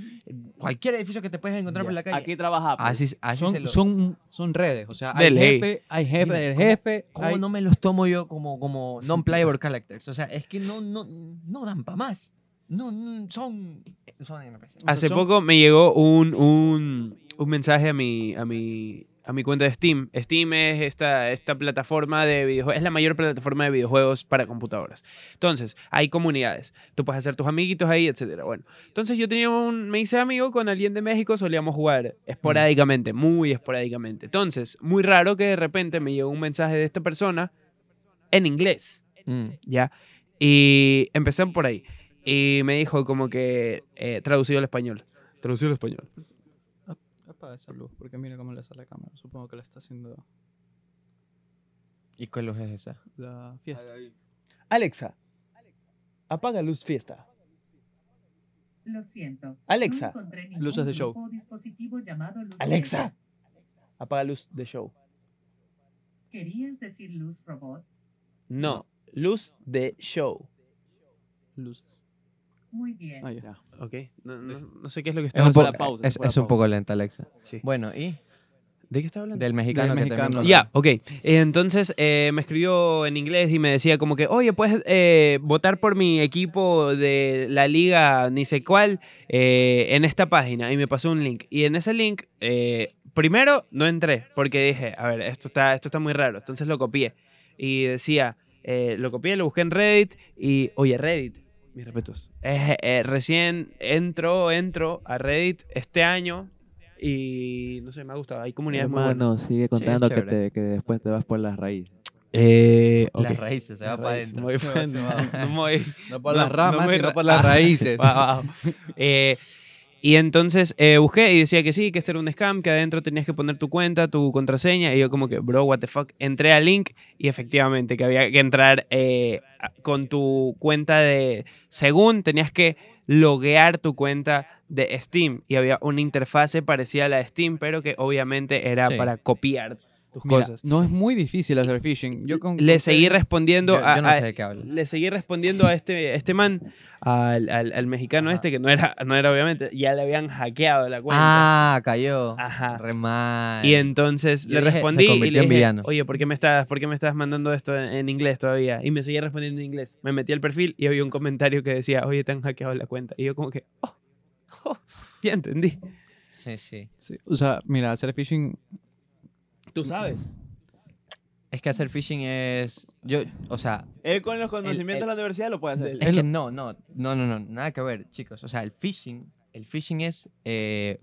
cualquier edificio que te puedes encontrar por Ya. la calle. Aquí trabaja. pues. Apple. así así se son, lo- son, son redes, o sea, De hay ley. jefe, hay jefe Dime, del ¿cómo- jefe, ¿Cómo hay- no me los tomo yo como, como non-playable characters? O sea, es que no, no, no dan para más. No, no, son, son NPC. Hace son- poco me llegó un, un, un mensaje a mi, a, mi, a mi cuenta de Steam. Steam es esta, esta plataforma de videojuegos, es la mayor plataforma de videojuegos para computadoras. Entonces, hay comunidades. Tú puedes hacer tus amiguitos ahí, etcétera. Bueno, entonces yo tenía un, me hice amigo con alguien de México, solíamos jugar esporádicamente, muy esporádicamente. Entonces, muy raro que de repente me llegó un mensaje de esta persona en inglés. Mm. ¿ya? Y empecé por ahí. Y me dijo como que eh, traducido al español. Traducido al español. Apaga esa luz, porque mira cómo le sale la cámara. Supongo que la está haciendo ¿Y cuál luz es esa? la fiesta. Alexa, apaga luz fiesta. Lo siento. Alexa. No encontré ningún Luces de show. grupo o dispositivo llamado luz Alexa, robot. apaga luz de show. ¿Querías decir luz robot? No, luz de show. Luces. Muy bien. Ah, ya. Ok, no, no- Es- no sé qué es lo que está Es un, poco, hablando. la pausa, es, fue la es un pausa. poco lenta, Alexa. Sí. Bueno, ¿y? ¿De qué está hablando? Del mexicano, Del que también mexicano. lo- Ya, ok. Eh, Entonces eh, me escribió en inglés y me decía como que, oye, puedes eh, votar por mi equipo de la liga ni sé cuál eh, en esta página. Y me pasó un link. Y en ese link, eh, primero no entré porque dije, a ver, esto está, esto está muy raro. Entonces lo copié. Y decía, eh, lo copié, lo busqué en Reddit y, oye, Reddit. Mis respetos. Eh, eh, recién entro, entro a Reddit este año y no sé, me ha gustado. Hay comunidades muy buenas. Hermano, sigue contando que, chévere. te- que después te vas por las raíces. Eh, ok. Las raíces, se va para Raíz, adentro. muy Se va, bien. se va. No me- No por No, las ramas, no me sino ra- por las Ah, raíces. wow, wow. Eh, y entonces eh, busqué y decía que sí, que este era un scam, que adentro tenías que poner tu cuenta, tu contraseña. Y yo como que, bro, what the fuck. Entré al link y efectivamente que había que entrar eh, a- con tu cuenta de... Según tenías que loguear tu cuenta de Steam. Y había una interfase parecida a la de Steam, pero que obviamente era Sí. para copiar tus Mira, cosas. no es muy difícil hacer phishing. Yo con, Le con seguí Kevin- respondiendo Yo, a- yo no a, sé de qué hablas. le seguí respondiendo a este, a este man, al, al- al mexicano Ajá. este, que no era, no era obviamente, ya le habían hackeado la cuenta. Ah, cayó. Ajá. Re mal. Y entonces Yo le dije, se respondí y convirtió le en dije, villano. oye, ¿por qué, me estás, ¿por qué me estás mandando esto en, en inglés todavía? Y me seguía respondiendo en inglés. Me metí al perfil y había un comentario que decía, oye, te han hackeado la cuenta. Y yo como que, oh, oh, ya entendí. Sí, sí. Sí, o sea, mira, hacer phishing Tú sabes. Es que hacer phishing es... Yo, o sea, Él con los conocimientos de la universidad lo puede hacer. Es que no, no, no, no, no, nada que ver, chicos. O sea, el phishing, el phishing es, eh,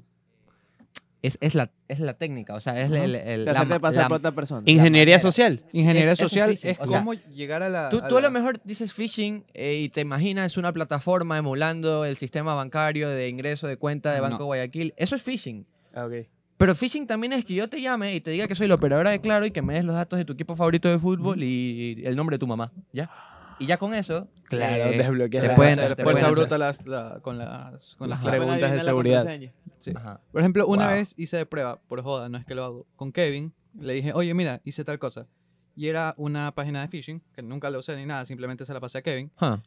es, es la, es la técnica, o sea, es el- el- el- la, Te hacerte ma- pasar la- por otra persona. Ingeniería manera. social. Ingeniería es un social phishing, es o sea, cómo llegar a la. Tú, a tú a la- lo mejor dices phishing eh, y te imaginas una plataforma emulando el sistema bancario de ingreso de cuenta de Banco No. Guayaquil. Eso es phishing. Ah, ok. Pero phishing también es que yo te llame y te diga que soy la operadora de Claro y que me des los datos de tu equipo favorito de fútbol y el nombre de tu mamá. ¿Ya? Y ya con eso. Claro, eh, desbloqueas te la- pueden- hacer te fuerza pueden bruta las- la- con las, con las Ajá. claves. preguntas de Adivinar la seguridad. contraseña. Sí. Ajá. Por ejemplo, una Wow. vez hice de prueba, por joda, no es que lo hago, con Kevin, le dije, oye, mira, hice tal cosa. Y era una página de phishing, que nunca la usé ni nada, simplemente se la pasé a Kevin, Ajá.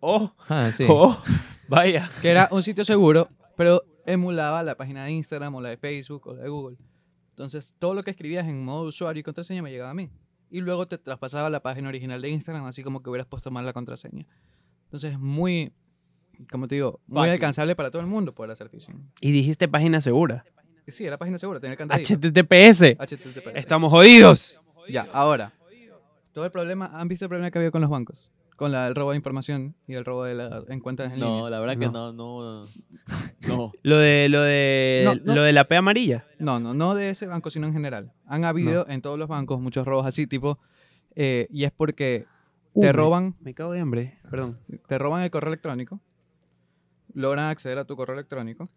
Oh, Ajá, sí. oh, vaya. que era un sitio seguro, pero emulaba la página de Instagram o la de Facebook o la de Google. Entonces, todo lo que escribías en modo usuario y contraseña me llegaba a mí. Y luego te traspasaba a la página original de Instagram, así como que hubieras puesto mal la contraseña. Entonces, es muy, como te digo, muy Fácil. alcanzable para todo el mundo poder hacer phishing. Y dijiste página segura. Sí, era página segura, tenía el candadito. HTTPS. HTTP. Estamos jodidos. Ya, ahora. Todo el problema, ¿han visto el problema que ha habido con los bancos? Con la, el robo de información y el robo de la, en cuentas en No, línea. la verdad que no, no. No. Lo de, lo de, No, no. lo de la P amarilla. No, no, no de ese banco, sino en general. Han habido en todos los bancos muchos robos así, tipo, eh, y es porque Uh, te me- roban, Me cago de hambre, perdón. te roban el correo electrónico, logran acceder a tu correo electrónico,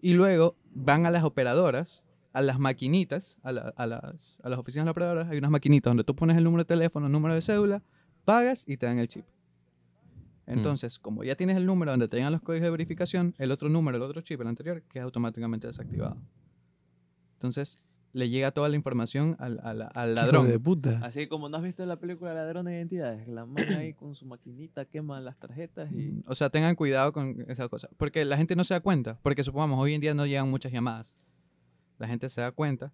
y luego van a las operadoras, a las maquinitas, a, la- a las, a las oficinas de las operadoras, hay unas maquinitas donde tú pones el número de teléfono, el número de cédula, pagas y te dan el chip. Entonces, como ya tienes el número donde te llegan los códigos de verificación, el otro número, el otro chip, el anterior, queda automáticamente desactivado. Entonces, le llega toda la información al, al- al ladrón. de Ah. puta. Así como no has visto la película Ladrón de Identidades, la man ahí con su maquinita quema las tarjetas y... Mm, O sea, tengan cuidado con esas cosas. Porque la gente no se da cuenta. Porque supongamos, hoy en día no llegan muchas llamadas. La gente se da cuenta.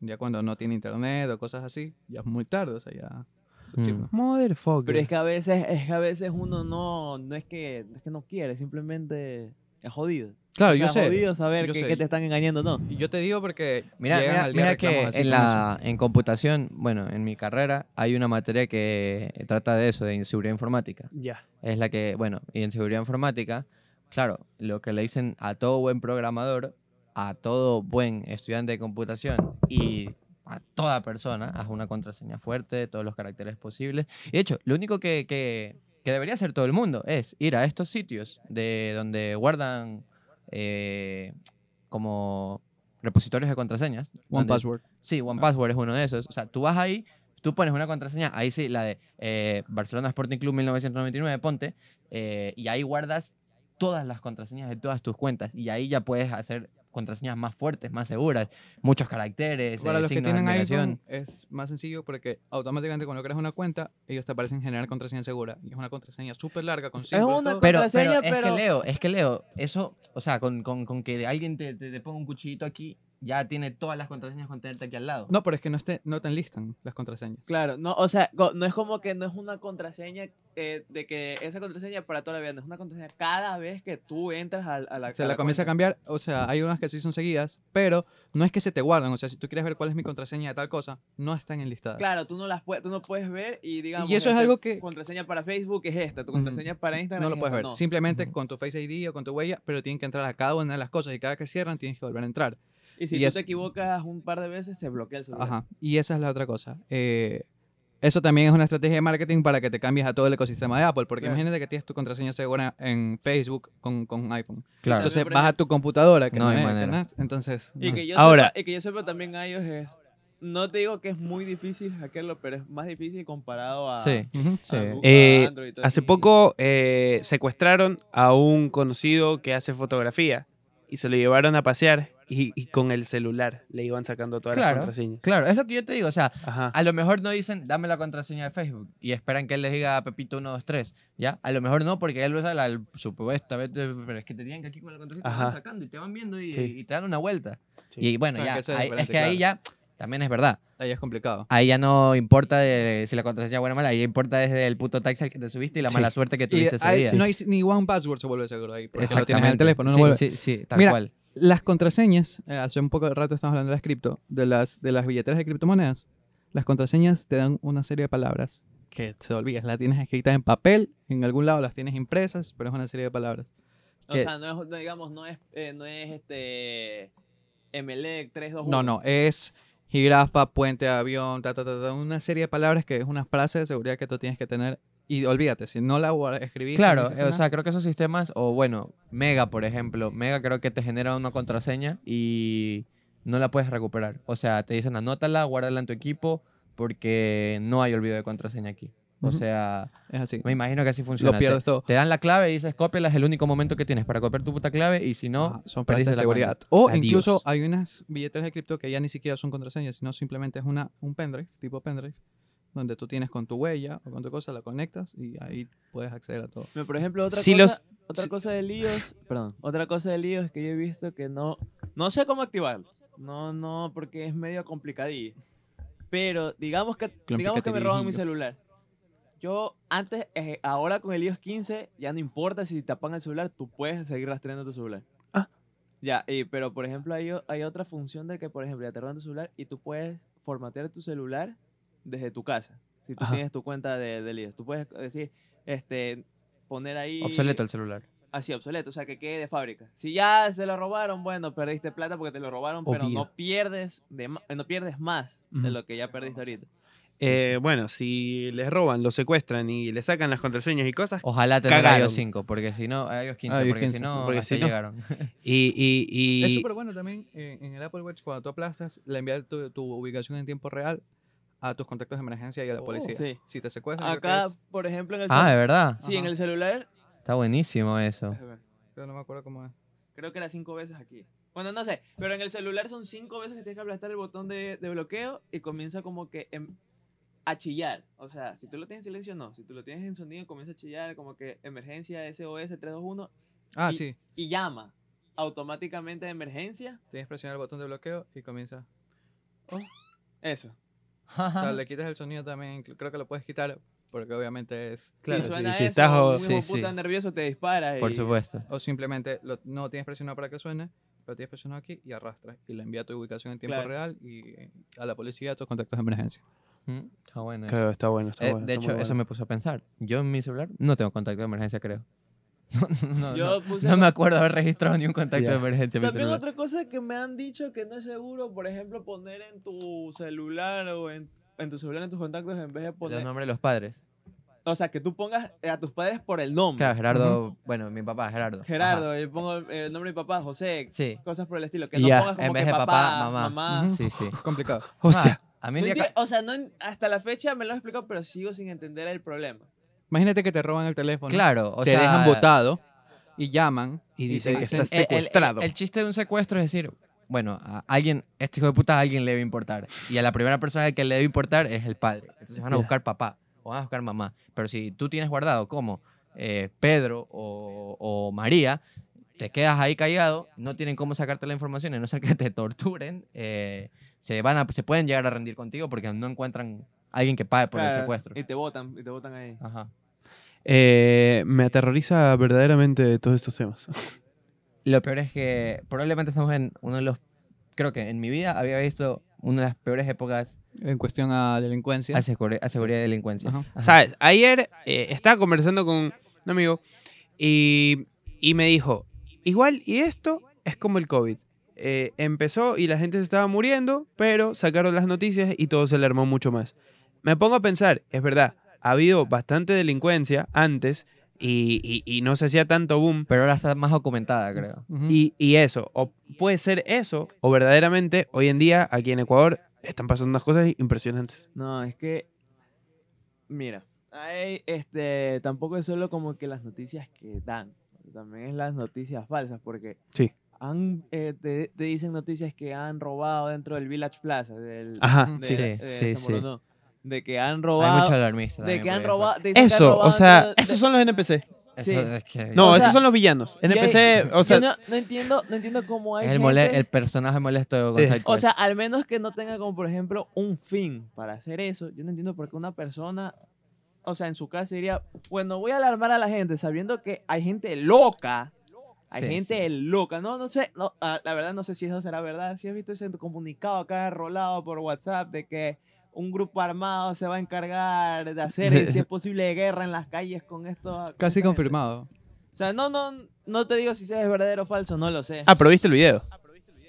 Ya cuando no tiene internet o cosas así, ya es muy tarde. O sea, ya. su chip Mm. no. Motherfucker. Pero es que a veces, es que a veces uno no, no es que, no es que no quiere, simplemente es jodido. Claro, O sea, Ah, yo sé. jodido saber yo que, sé. que te están engañando, ¿no? Y yo te digo porque. Mira, llegan mira, al día mira reclamos que así en, con eso. la, en computación, bueno, en mi carrera hay una materia que trata de eso, de seguridad informática. Ya. Es la que, bueno, y en seguridad informática, claro, lo que le dicen a todo buen programador, a todo buen estudiante de computación y a toda persona, haz una contraseña fuerte, todos los caracteres posibles. Y de hecho, lo único que, que- que debería hacer todo el mundo es ir a estos sitios de donde guardan eh, como repositorios de contraseñas. One donde- Password. Sí, One Ah. Password es uno de esos. O sea, tú vas ahí, tú pones una contraseña, ahí sí, la de eh, Barcelona Sporting Club 1999, ponte, eh, y ahí guardas todas las contraseñas de todas tus cuentas. Y ahí ya puedes hacer contraseñas más fuertes, más seguras, muchos caracteres, Para eh, los que signos de tienen admiración. iPhone es más sencillo porque automáticamente cuando creas una cuenta, ellos te aparecen generar contraseña segura. Y es una contraseña súper larga con símbolos, una todo. Pero, contraseña, pero es que pero- Leo, es que Leo, eso, o sea, con, con- con que alguien te, te- te ponga un cuchillito aquí, ya tiene todas las contraseñas con tenerte aquí al lado. No, pero es que no, esté, no te enlistan las contraseñas. Claro, no, o sea, co- no es como que no es una contraseña eh, de que esa contraseña para toda la vida, no es una contraseña cada vez que tú entras a, a la Se a la comienza a cuenta. cambiar, o sea, hay unas que sí son seguidas, pero no es que se te guardan, o sea, si tú quieres ver cuál es mi contraseña de tal cosa, no están enlistadas. Claro, tú no las puedes, tú no puedes ver y digamos eso es este, algo que- contraseña para Facebook es esta, tu Ujú. contraseña para Instagram No lo es puedes esta, ver, no. simplemente Ujú. con tu Face ID o con tu huella, pero tienen que entrar a cada una de las cosas y cada que cierran tienes que volver a entrar. Y si y tú es- te equivocas un par de veces se bloquea el celular. Ajá. Y esa es la otra cosa. Eh, eso también es una estrategia de marketing para que te cambies a todo el ecosistema de Apple, porque Claro. imagínate que tienes tu contraseña segura en Facebook con, con iPhone. Claro. Entonces por vas a tu computadora, que No no, hay es, que manera. no- entonces... Y no. que yo Ahora- sepa, y que yo sepa también a ellos es no te digo que es muy difícil hackearlo, pero es más difícil comparado a Sí, Ujú. sí. a Google, Eh, a Android y todo Hace eso. poco eh, secuestraron a un conocido que hace fotografía y se lo llevaron a pasear y, y con el celular le iban sacando todas Claro. las contraseñas. Claro, es lo que yo te digo, o sea, Ajá. A lo mejor no dicen, dame la contraseña de Facebook y esperan que él les diga Pepito 1, 2, 3. ¿Ya? A lo mejor no, porque él usa la el- supuesta, vete, pero es que te tienen que aquí con la contraseña te Ajá. van sacando y te van viendo y, Sí. y te dan una vuelta. Sí. Y bueno, Claro, ya, que eso es ahí- es diferente, que ahí ya también es verdad. Ahí es complicado. Ahí ya no importa de si la contraseña es buena o mala, ahí importa desde el puto taxi al que te subiste y la Sí. mala suerte que Y tuviste ese ahí día. no hay ni one password se vuelve seguro ahí, porque lo tienes en el Exactamente. teléfono. no sí, vuelve- sí, sí, tal Mira, cual. Las contraseñas, eh, hace un poco de rato estamos hablando de las cripto, de las, de las billeteras de criptomonedas. Las contraseñas te dan una serie de palabras que se olvidas. Las tienes escritas en papel, en algún lado las tienes impresas, pero es una serie de palabras. O que- sea, no es, no, digamos, no es, eh, no es este E MLEC 321. No, no, es jirafa, puente, avión, ta, ta, ta, ta, una serie de palabras que es una frase de seguridad que tú tienes que tener. Y olvídate, si no la guar- escribiste. no Claro, hiciste eh, o nada, sea, creo que esos sistemas, o bueno, Mega, por ejemplo, Mega creo que te genera una contraseña y no la puedes recuperar. O sea, te dicen anótala, guárdala en tu equipo, porque no hay olvido de contraseña aquí. O Ujú. sea, es así. me imagino que así funciona. Lo Te- pierdes todo. Te, dan la clave y dices, cópiala, es el único momento que tienes para copiar tu puta clave y si no, Ah, son perdiste frases de la seguridad. cuenta. O Adiós. incluso hay unas billeteras de cripto que ya ni siquiera son contraseñas, sino simplemente es una, un pendrive, tipo pendrive, donde tú tienes con tu huella o con tu cosa, la conectas y ahí puedes acceder a todo. Pero, por ejemplo, otra, Si cosa, los- otra si- cosa de líos, perdón, otra cosa de líos que yo he visto que no, no sé cómo activarlo. No, no, porque es medio complicadillo. Pero digamos que, digamos que me roban mi Complicatirijillo. celular. Yo antes, eh, ahora con el iOS 15, ya no importa si te apagan el celular, tú puedes seguir rastreando tu celular. Ah. Ya, y- pero por ejemplo hay, o- hay otra función de que, por ejemplo, ya te roban tu celular y tú puedes formatear tu celular desde tu casa. Si tú Ajá. tienes tu cuenta de, de líos, tú puedes decir, este, poner ahí... obsoleto el celular. Así, obsoleto, o sea, que quede de fábrica. Si ya se lo robaron, bueno, perdiste plata porque te lo robaron, pero Obvio. no pierdes, de, ma- no pierdes más Ujú. de lo que ya perdiste ahorita. Pues, Eh, bueno, si les roban, los secuestran y le sacan las contraseñas y cosas, Ojalá te tenga Cagaron. iOS 5, porque si no, iOS 15, iOS porque 15, si no, porque hasta si ahí no. llegaron. y, y, y- Es súper bueno también eh, en el Apple Watch, cuando tú aplastas, le envía tu, tu ubicación en tiempo real a tus contactos de emergencia y a la Oh. policía. Sí. Si te secuestran, creo que Acá, es- por ejemplo, en el Ah, de celu- verdad. Sí, en Ajá. el celular. Está buenísimo eso. Pero no me acuerdo cómo es. Creo que era cinco veces aquí. Bueno, no sé, pero en el celular son cinco veces que tienes que aplastar el botón de, de bloqueo y comienza como que em- a chillar. O sea, si tú lo tienes en silencio, no. Si tú lo tienes en sonido, comienza a chillar como que emergencia SOS 321 Ah, Y- sí. y llama automáticamente de emergencia. Tienes que presionar el botón de bloqueo y comienza. Eso. O sea, le quitas el sonido también. cl- Creo que lo puedes quitar porque obviamente es. Claro, si sí, suena si eso, estás o- un hijo de Sí, puta sí. nervioso te dispara. Por y- supuesto. O simplemente lo- no tienes presionado para que suene, lo tienes presionado aquí y arrastras. Y le envía tu ubicación en tiempo Claro. real y eh, a la policía a tus contactos de emergencia. Mm, Está bueno. eso. Claro, está bueno, está Eh, bueno. de está hecho, muy eso bueno. me puso a pensar. Yo en mi celular no tengo contacto de emergencia, creo. No, no, no. Yo puse No me acuerdo haber registrado ni un contacto Ya. de emergencia en mi También celular. otra cosa que me han dicho que no es seguro, por ejemplo, poner en tu celular o en, en tu celular en tus contactos en vez de Los poner... nombres de los padres. O sea, que tú pongas eh, a tus padres por el nombre. Claro, Gerardo. Bueno, mi papá, Gerardo. Ajá. Gerardo, yo pongo el, el nombre de mi papá, José, Sí. cosas por el estilo. Que Y no ya, pongas como en vez que de papá, mamá. Ujú. Sí, sí. Complicado. Hostia. Ah, a No mí un día enti- ca- o sea, no en- hasta la fecha me lo han explicado, pero sigo sin entender el problema. Imagínate que te roban el teléfono. Claro, o te sea. dejan botado y llaman Y te dicen que estás el- el- el- secuestrado. El, chiste de un secuestro es decir, bueno, a alguien, este hijo de puta a alguien le debe importar. Y a la primera persona que le debe importar es el padre. Entonces van a Ya. buscar papá o van a buscar mamá. Pero si tú tienes guardado como eh, Pedro o, o María, te quedas ahí callado, no tienen cómo sacarte la información, a no ser que te torturen, eh, se, van a, se pueden llegar a rendir contigo porque no encuentran a alguien que pague por el Claro, secuestro. Y te votan, y te votan ahí. Ajá. Eh, me aterroriza verdaderamente todos estos temas. Lo peor es que probablemente estamos en uno de los. Creo que en mi vida había visto una de las peores épocas en cuestión a delincuencia. a, seguri- a seguridad y delincuencia. Ajá. Ajá. ¿Sabes? Ayer eh, estaba conversando con un amigo y, y me dijo, igual, y esto es como el COVID. Eh, empezó y la gente se estaba muriendo, pero sacaron las noticias y todo se alarmó mucho más. Me pongo a pensar, es verdad, ha habido bastante delincuencia antes y, y- y no se hacía tanto boom, Pero ahora está más documentada, creo. Ujú. y, y eso, o puede ser eso, o verdaderamente hoy en día aquí en Ecuador están pasando unas cosas impresionantes. No, es que. Mira, hay, este, tampoco es solo como que las noticias que dan, también es las noticias falsas, porque Sí. han, eh, te, te dicen noticias que han robado dentro del Village Plaza, del, Ajá, de, sí. de sí, San sí. Borondón, de que han Hay mucho robado. alarmista. De también que han por ahí, robado. te dicen que han Eso, o robado sea, dentro de- esos son los NPC. pues. sí. Eso es que- No, O esos sea, son los villanos. y hay- NPC, o sea, yo no, no entiendo, no entiendo cómo hay. Es el, mole- gente- el personaje molesto de Sí. Gonzalo. O sea, al menos que no tenga como, por ejemplo, un fin para hacer eso. Yo no entiendo por qué una persona, o sea, en su casa diría, bueno, voy a alarmar a la gente sabiendo que hay gente loca. Hay Sí, gente loca. No, no sé, no, ah, la verdad no sé si eso será verdad. Si has visto ese comunicado acá rolado por WhatsApp de que un grupo armado se va a encargar de hacer, si es posible, guerra en las calles con esto. Casi confirmado. O sea, no, no, no te digo si es verdadero o falso, no lo sé. ah, pero viste el video.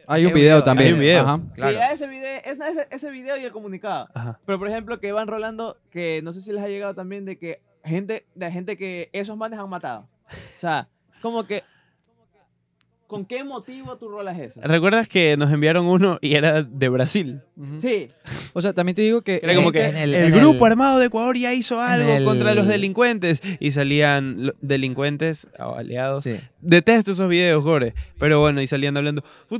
Hay un video también. Hay un video. Ajá. claro. Sí, a ese video, es- ese- ese video y el comunicado. Ajá. Pero por ejemplo, que van rolando, que no sé si les ha llegado también de que gente, de gente que esos manes han matado. O sea, como que ¿con qué motivo tú rolas eso? ¿Recuerdas que nos enviaron uno y era de Brasil? Ujú. Sí, O sea, también te digo que. Era como que En el, el- en grupo el- armado de Ecuador ya hizo algo el- contra los delincuentes y salían lo- delincuentes o aliados. Sí. Detesto esos videos, Gore. Pero bueno, y salían hablando. "Pues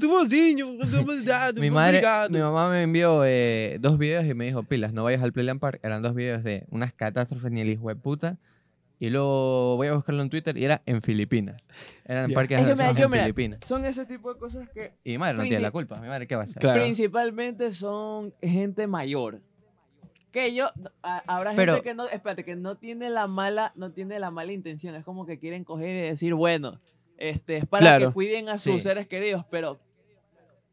Mi, madre, mi mamá me envió eh, dos videos y me dijo, pilas, no vayas al Playland Park. Eran dos videos de unas catástrofes ni el hijo de puta. Y luego voy a buscarlo en Twitter y era en Filipinas. Eran Ya. parques Es que atrasados mira, yo en mira, Filipinas. son ese tipo de cosas que Y mi madre no tiene la princip- culpa. Mi madre, ¿qué va a hacer? Claro. principalmente son gente mayor. Que yo a- habrá Pero- gente que no, espérate, que no tiene la mala, no tiene la mala intención, es como que quieren coger y decir, bueno, este es para Claro. que cuiden a sus Sí. seres queridos, pero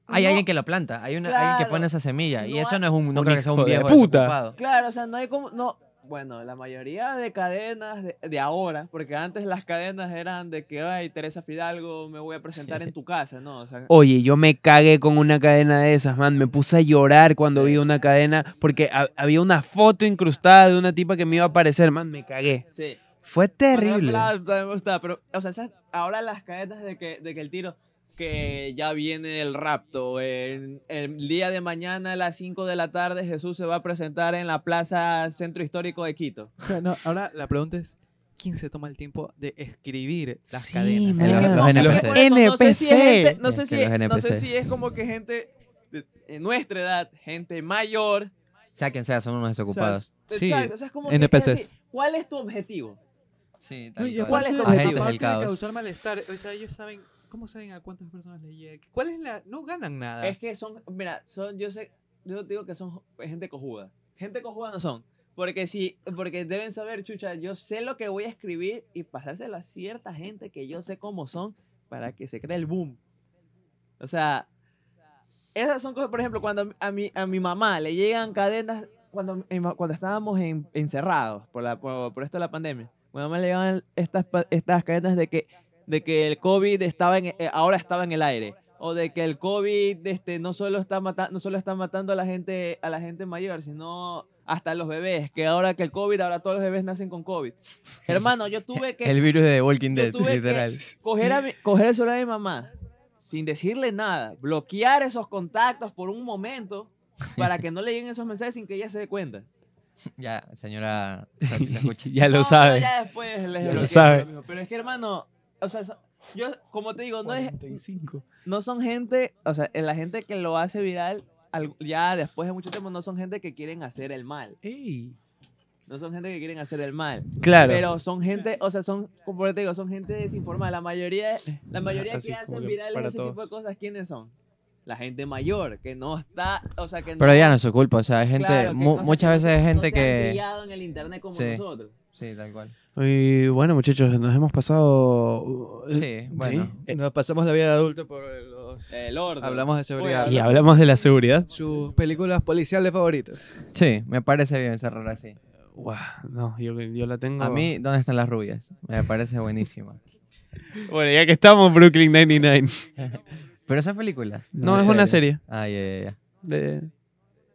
Hay no- alguien que lo planta, hay una, alguien que Claro. pone esa semilla. y No eso hay- no es un, no Un creo que sea hijo un de viejo puta. desocupado. Claro, o sea, no hay como. No, bueno, la mayoría de cadenas de, de ahora, porque antes las cadenas eran de que, ay, Teresa Fidalgo, me voy a presentar en tu casa, ¿no? O sea, Oye, yo me cagué con una cadena de esas, man. Me puse a llorar cuando vi una cadena porque ha- había una foto incrustada de una tipa que me iba a aparecer, man. Me cagué. sí. Fue terrible. Bueno, claro, también está, pero, o sea, esas- ahora las cadenas de que, de que el tiro. que ya viene el rapto. En- el día de mañana a las 5 de la tarde Jesús se va a presentar en la plaza Centro Histórico de Quito. No, ahora la pregunta es, ¿quién se toma el tiempo de escribir las Sí, cadenas? man. El- Los- No, los pero NPC. por eso, No sé si es gente- no Es sé que si los es- no sé NPC. si es como que gente de, de nuestra edad, gente mayor. Sea quien sea, son unos o sea, desocupados. Sí, exacto, o sea, es como que- NPCs. es así, ¿Cuál es tu objetivo? Sí, No, tal y cual. aparte, ¿Cuál es tu aparte objetivo? Agentes del de caos. causar malestar, o sea, ellos saben, ¿cómo saben a cuántas personas les llega? ¿Cuál es la...? No ganan nada. Es que son, mira, son, yo sé, yo digo que son gente cojuda. Gente cojuda no son. Porque si, porque deben saber, chucha, yo sé lo que voy a escribir y pasárselo a cierta gente que yo sé cómo son para que se cree el boom. O sea, esas son cosas, por ejemplo, cuando a mi, a mi mamá le llegan cadenas, cuando, mi ma- cuando estábamos en- encerrados por, la, por, por esto de la pandemia, a mi mamá le llegaban estas, pa- estas cadenas de que, de que el COVID estaba en, eh, ahora estaba en el aire, o de que el COVID este, no, solo está mata, no solo está matando a la, gente, a la gente mayor, sino hasta a los bebés, que ahora que el COVID, ahora todos los bebés nacen con COVID. Hermano, yo tuve que El virus de The Walking yo Dead, tuve literal. que coger, a mi- coger el celular de mi mamá sin decirle nada, bloquear esos contactos por un momento para que no le lleguen esos mensajes sin que ella se dé cuenta. Ya, señora. Satilacochi. ya lo No, sabe. Pero ya después les lo bloqueé, sabe. pero, amigo, Pero es que, hermano, o sea, so- yo, como te digo, no es, no son gente, o sea, la gente que lo hace viral al- ya después de mucho tiempo no son gente que quieren hacer el mal. No son gente que quieren hacer el mal. Claro. Pero son gente, o sea, son, como te digo, son gente desinformada. La mayoría, la mayoría Así, que como hacen que virales para ese tipo de todos. cosas, ¿quiénes son? La gente mayor, que no está, o sea, que Pero ya no es su culpa, o sea, hay gente, claro, que mu- no se- muchas no veces hay se- no gente se han que... criado en el internet como Sí. nosotros. Sí, tal cual. Y bueno, muchachos, nos hemos pasado. uh, Sí, bueno. Eh, Nos pasamos la vida de adulto por los... Eh, El orden. Hablamos de seguridad. Oye, Y hablamos de la seguridad. Sus películas policiales favoritas. Sí, me parece bien cerrar así. Guau, no, yo, yo la tengo. A mí, ¿dónde están las rubias? Me parece buenísima. Bueno, ya que estamos, Brooklyn 99. Pero esa película. No, es una serie. Ah, ya, ya, ya. De...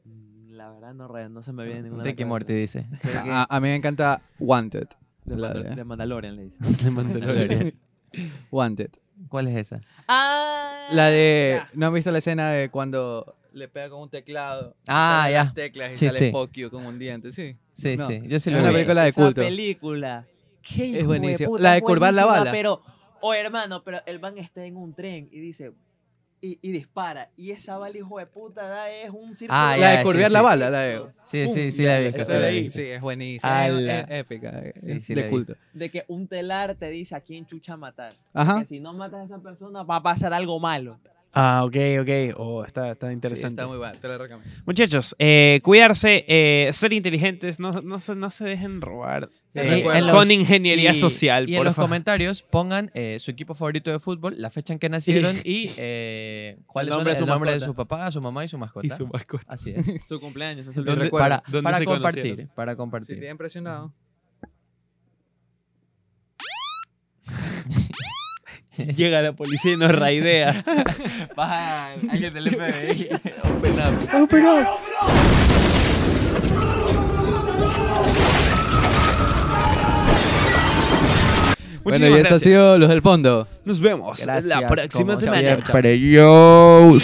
Mm, La verdad, no, Ryan, no se me viene ninguna. a la Ricky cabeza. Morty dice. Sé que- A, a mí me encanta Wanted. de, Ah, la Mandal- de- de Mandalorian le dice. de Mandalorian. Wanted. ¿Cuál es esa? ¡Ah! La de... ¿No han visto la escena de cuando le pega con un teclado? Ah, salen ya. Las teclas y Sí, sale sí. Pokio con un diente, sí. Sí, No, sí. Yo sí es lo una vi. película de Esa culto. película. Qué hijo de buenísima. puta, La de es curvar la buenísima, bala. Pero, oh hermano, pero el man está en un tren y dice. Y, y dispara. Y esa bala, hijo de puta, da es un círculo. Ah, la ya, de sí, curvear sí. la bala, la eh. de... Sí, Pum, sí, sí la vi. Esa sí la la vi. vi. Ah, Sí, es buenísima. Es, Ala. es épica. es- Sí, sí la de vi. culto. De que un telar te dice a quién chucha matar. Ajá. Que si no matas a esa persona, va a pasar algo malo. Ah, ok, ok. Oh, está, está interesante. Sí, está muy buena, te la recomiendo. Muchachos, eh, cuidarse, eh, ser inteligentes, no, no, se, no se dejen robar Sí, eh, recuerda. en los- con ingeniería y- social, Y en por los favor. comentarios pongan eh, su equipo favorito de fútbol, la fecha en que nacieron y eh, cuál es nombre de el su nombre de mascota. su papá, su mamá y su mascota. Y su mascota. Así es. Su cumpleaños, no se Y olviden. recuerda, para dónde para se compartir, conocieron? para si te ha compartir. impresionado, Llega la policía y nos raidea. Baja alguien del FBI. Open up. Bueno, Muchísimas y eso ha gracias. sido Los del Fondo. Nos vemos Gracias, la próxima como semana. siempre. Yo.